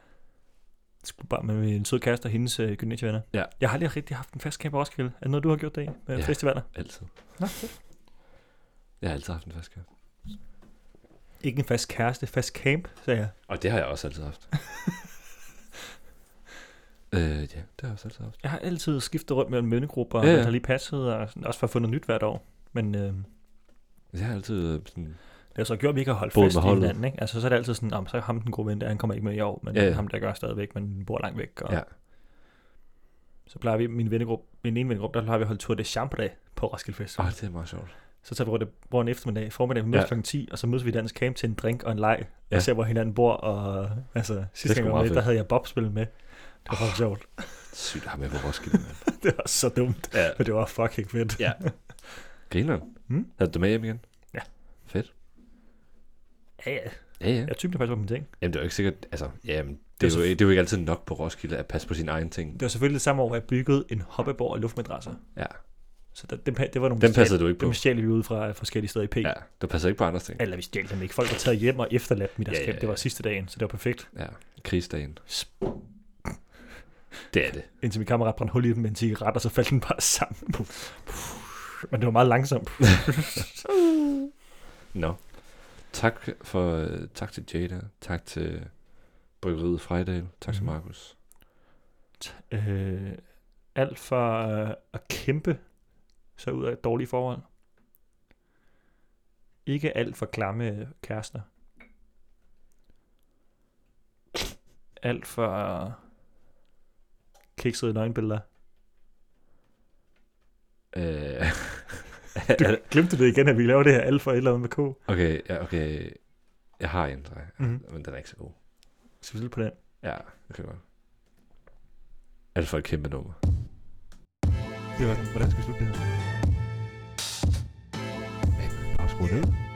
[SPEAKER 2] skulle bare med min søde kæreste og hendes øh, gymnasievenner.
[SPEAKER 3] Ja.
[SPEAKER 2] Jeg har aldrig rigtig haft en fast camp på Roskilde. Er det noget, du har gjort det i med
[SPEAKER 3] Ja.
[SPEAKER 2] ja. festivaler?
[SPEAKER 3] Altid.
[SPEAKER 2] Nå,
[SPEAKER 3] Jeg har altid haft en fast kæreste.
[SPEAKER 2] Ikke en fast kæreste, fast camp, sagde jeg.
[SPEAKER 3] Og det har jeg også altid haft. øh, ja, det har jeg også altid haft.
[SPEAKER 2] Jeg har altid skiftet rundt mellem vennegrupper,
[SPEAKER 3] Ja,
[SPEAKER 2] ja,
[SPEAKER 3] ja.
[SPEAKER 2] ja. der lige passede, og sådan, også for at få noget nyt hvert år. Men øh,
[SPEAKER 3] Jeg har altid øh, sådan...
[SPEAKER 2] det har så gjort, at vi ikke har holdt
[SPEAKER 3] Både
[SPEAKER 2] fast i
[SPEAKER 3] med holdet.
[SPEAKER 2] hinanden. Ikke? Altså, så er det altid sådan, om så er ham den gode ven der, han kommer ikke med i år, men
[SPEAKER 3] Ja,
[SPEAKER 2] ja,
[SPEAKER 3] ja.
[SPEAKER 2] ja. ham der gør stadigvæk, men bor langt væk. Og
[SPEAKER 3] Ja.
[SPEAKER 2] Så plejer vi, min, vennegruppe, min ene vennegruppe, der plejer vi at holde Tour de Chambre på Roskilde Festival.
[SPEAKER 3] Åh, det er meget sjovt.
[SPEAKER 2] Så tager vi rundt bruger en eftermiddag, formiddag, vi mødes
[SPEAKER 3] Ja.
[SPEAKER 2] ja. kl. 10, og så mødes vi i dansk camp til en drink og en leg, ja.
[SPEAKER 3] Ja.
[SPEAKER 2] og ser, hvor hinanden bor, og altså,
[SPEAKER 3] er
[SPEAKER 2] sidste gang
[SPEAKER 3] sgu
[SPEAKER 2] jeg var
[SPEAKER 3] meget
[SPEAKER 2] med,
[SPEAKER 3] fedt. Ah.
[SPEAKER 2] der havde jeg bobspil med. Det var oh. sjovt.
[SPEAKER 3] Sygt at have med på Roskilde, mand.
[SPEAKER 2] Det var så dumt,
[SPEAKER 3] ja. Hmm?
[SPEAKER 2] men det var fucking fedt.
[SPEAKER 3] Ja. Grineren.
[SPEAKER 2] Mm.
[SPEAKER 3] Havde du det med hjem igen?
[SPEAKER 2] Ja.
[SPEAKER 3] Fedt.
[SPEAKER 2] Ja, ja.
[SPEAKER 3] Ja, ja.
[SPEAKER 2] Jeg typen faktisk på mine ting.
[SPEAKER 3] Jamen, det er jo ikke sikkert... Altså, jamen, det,
[SPEAKER 2] Det er
[SPEAKER 3] er jo,
[SPEAKER 2] så-
[SPEAKER 3] ikke- det er jo ikke altid nok på Roskilde at passe på sine egne ting.
[SPEAKER 2] Det var selvfølgelig det samme år, hvor jeg byggede en hoppeborg og luftmadrasser.
[SPEAKER 3] Ja.
[SPEAKER 2] Så der, dem, pa- det var nogle
[SPEAKER 3] Den passede du ikke
[SPEAKER 2] på.
[SPEAKER 3] på.
[SPEAKER 2] Dem stjal vi ud fra øh, forskellige steder i P.
[SPEAKER 3] Ja,
[SPEAKER 2] Ja.
[SPEAKER 3] du passer ikke på andres ting.
[SPEAKER 2] Eller vi stjal dem ikke. Folk var taget hjem og efterladt mit
[SPEAKER 3] Ja,
[SPEAKER 2] ja,
[SPEAKER 3] ja,
[SPEAKER 2] ja, ja. Det var
[SPEAKER 3] ja.
[SPEAKER 2] sidste dagen, så det var perfekt.
[SPEAKER 3] Ja, krigsdagen. Det er det.
[SPEAKER 2] indtil min kammerat brændte hul i den med en cigaret, og så faldt den bare sammen. Men det var meget langsomt.
[SPEAKER 3] Nå. Tak, for, øh, tak til Jada. Tak til Bryggeriet Frejdal. Tak til
[SPEAKER 2] Mhm.
[SPEAKER 3] Markus.
[SPEAKER 2] Øh, alt for øh, at kæmpe sig ud af dårlige forhold. Ikke alt for klamme øh, kærester. Alt for kiksede nøgenbilleder.
[SPEAKER 3] Øh,
[SPEAKER 2] Du glemte det igen, at vi laver det her alt for et eller andet med K.
[SPEAKER 3] okay, ja, okay. Jeg har en, dreng,
[SPEAKER 2] Mm-hmm.
[SPEAKER 3] men den er ikke så god.
[SPEAKER 2] Skal vi spille på den?
[SPEAKER 3] Ja, det kan jeg godt. Alt for et kæmpe nummer.
[SPEAKER 2] Det var den. Hvordan skal vi slutte det her?
[SPEAKER 3] Bare skru ned.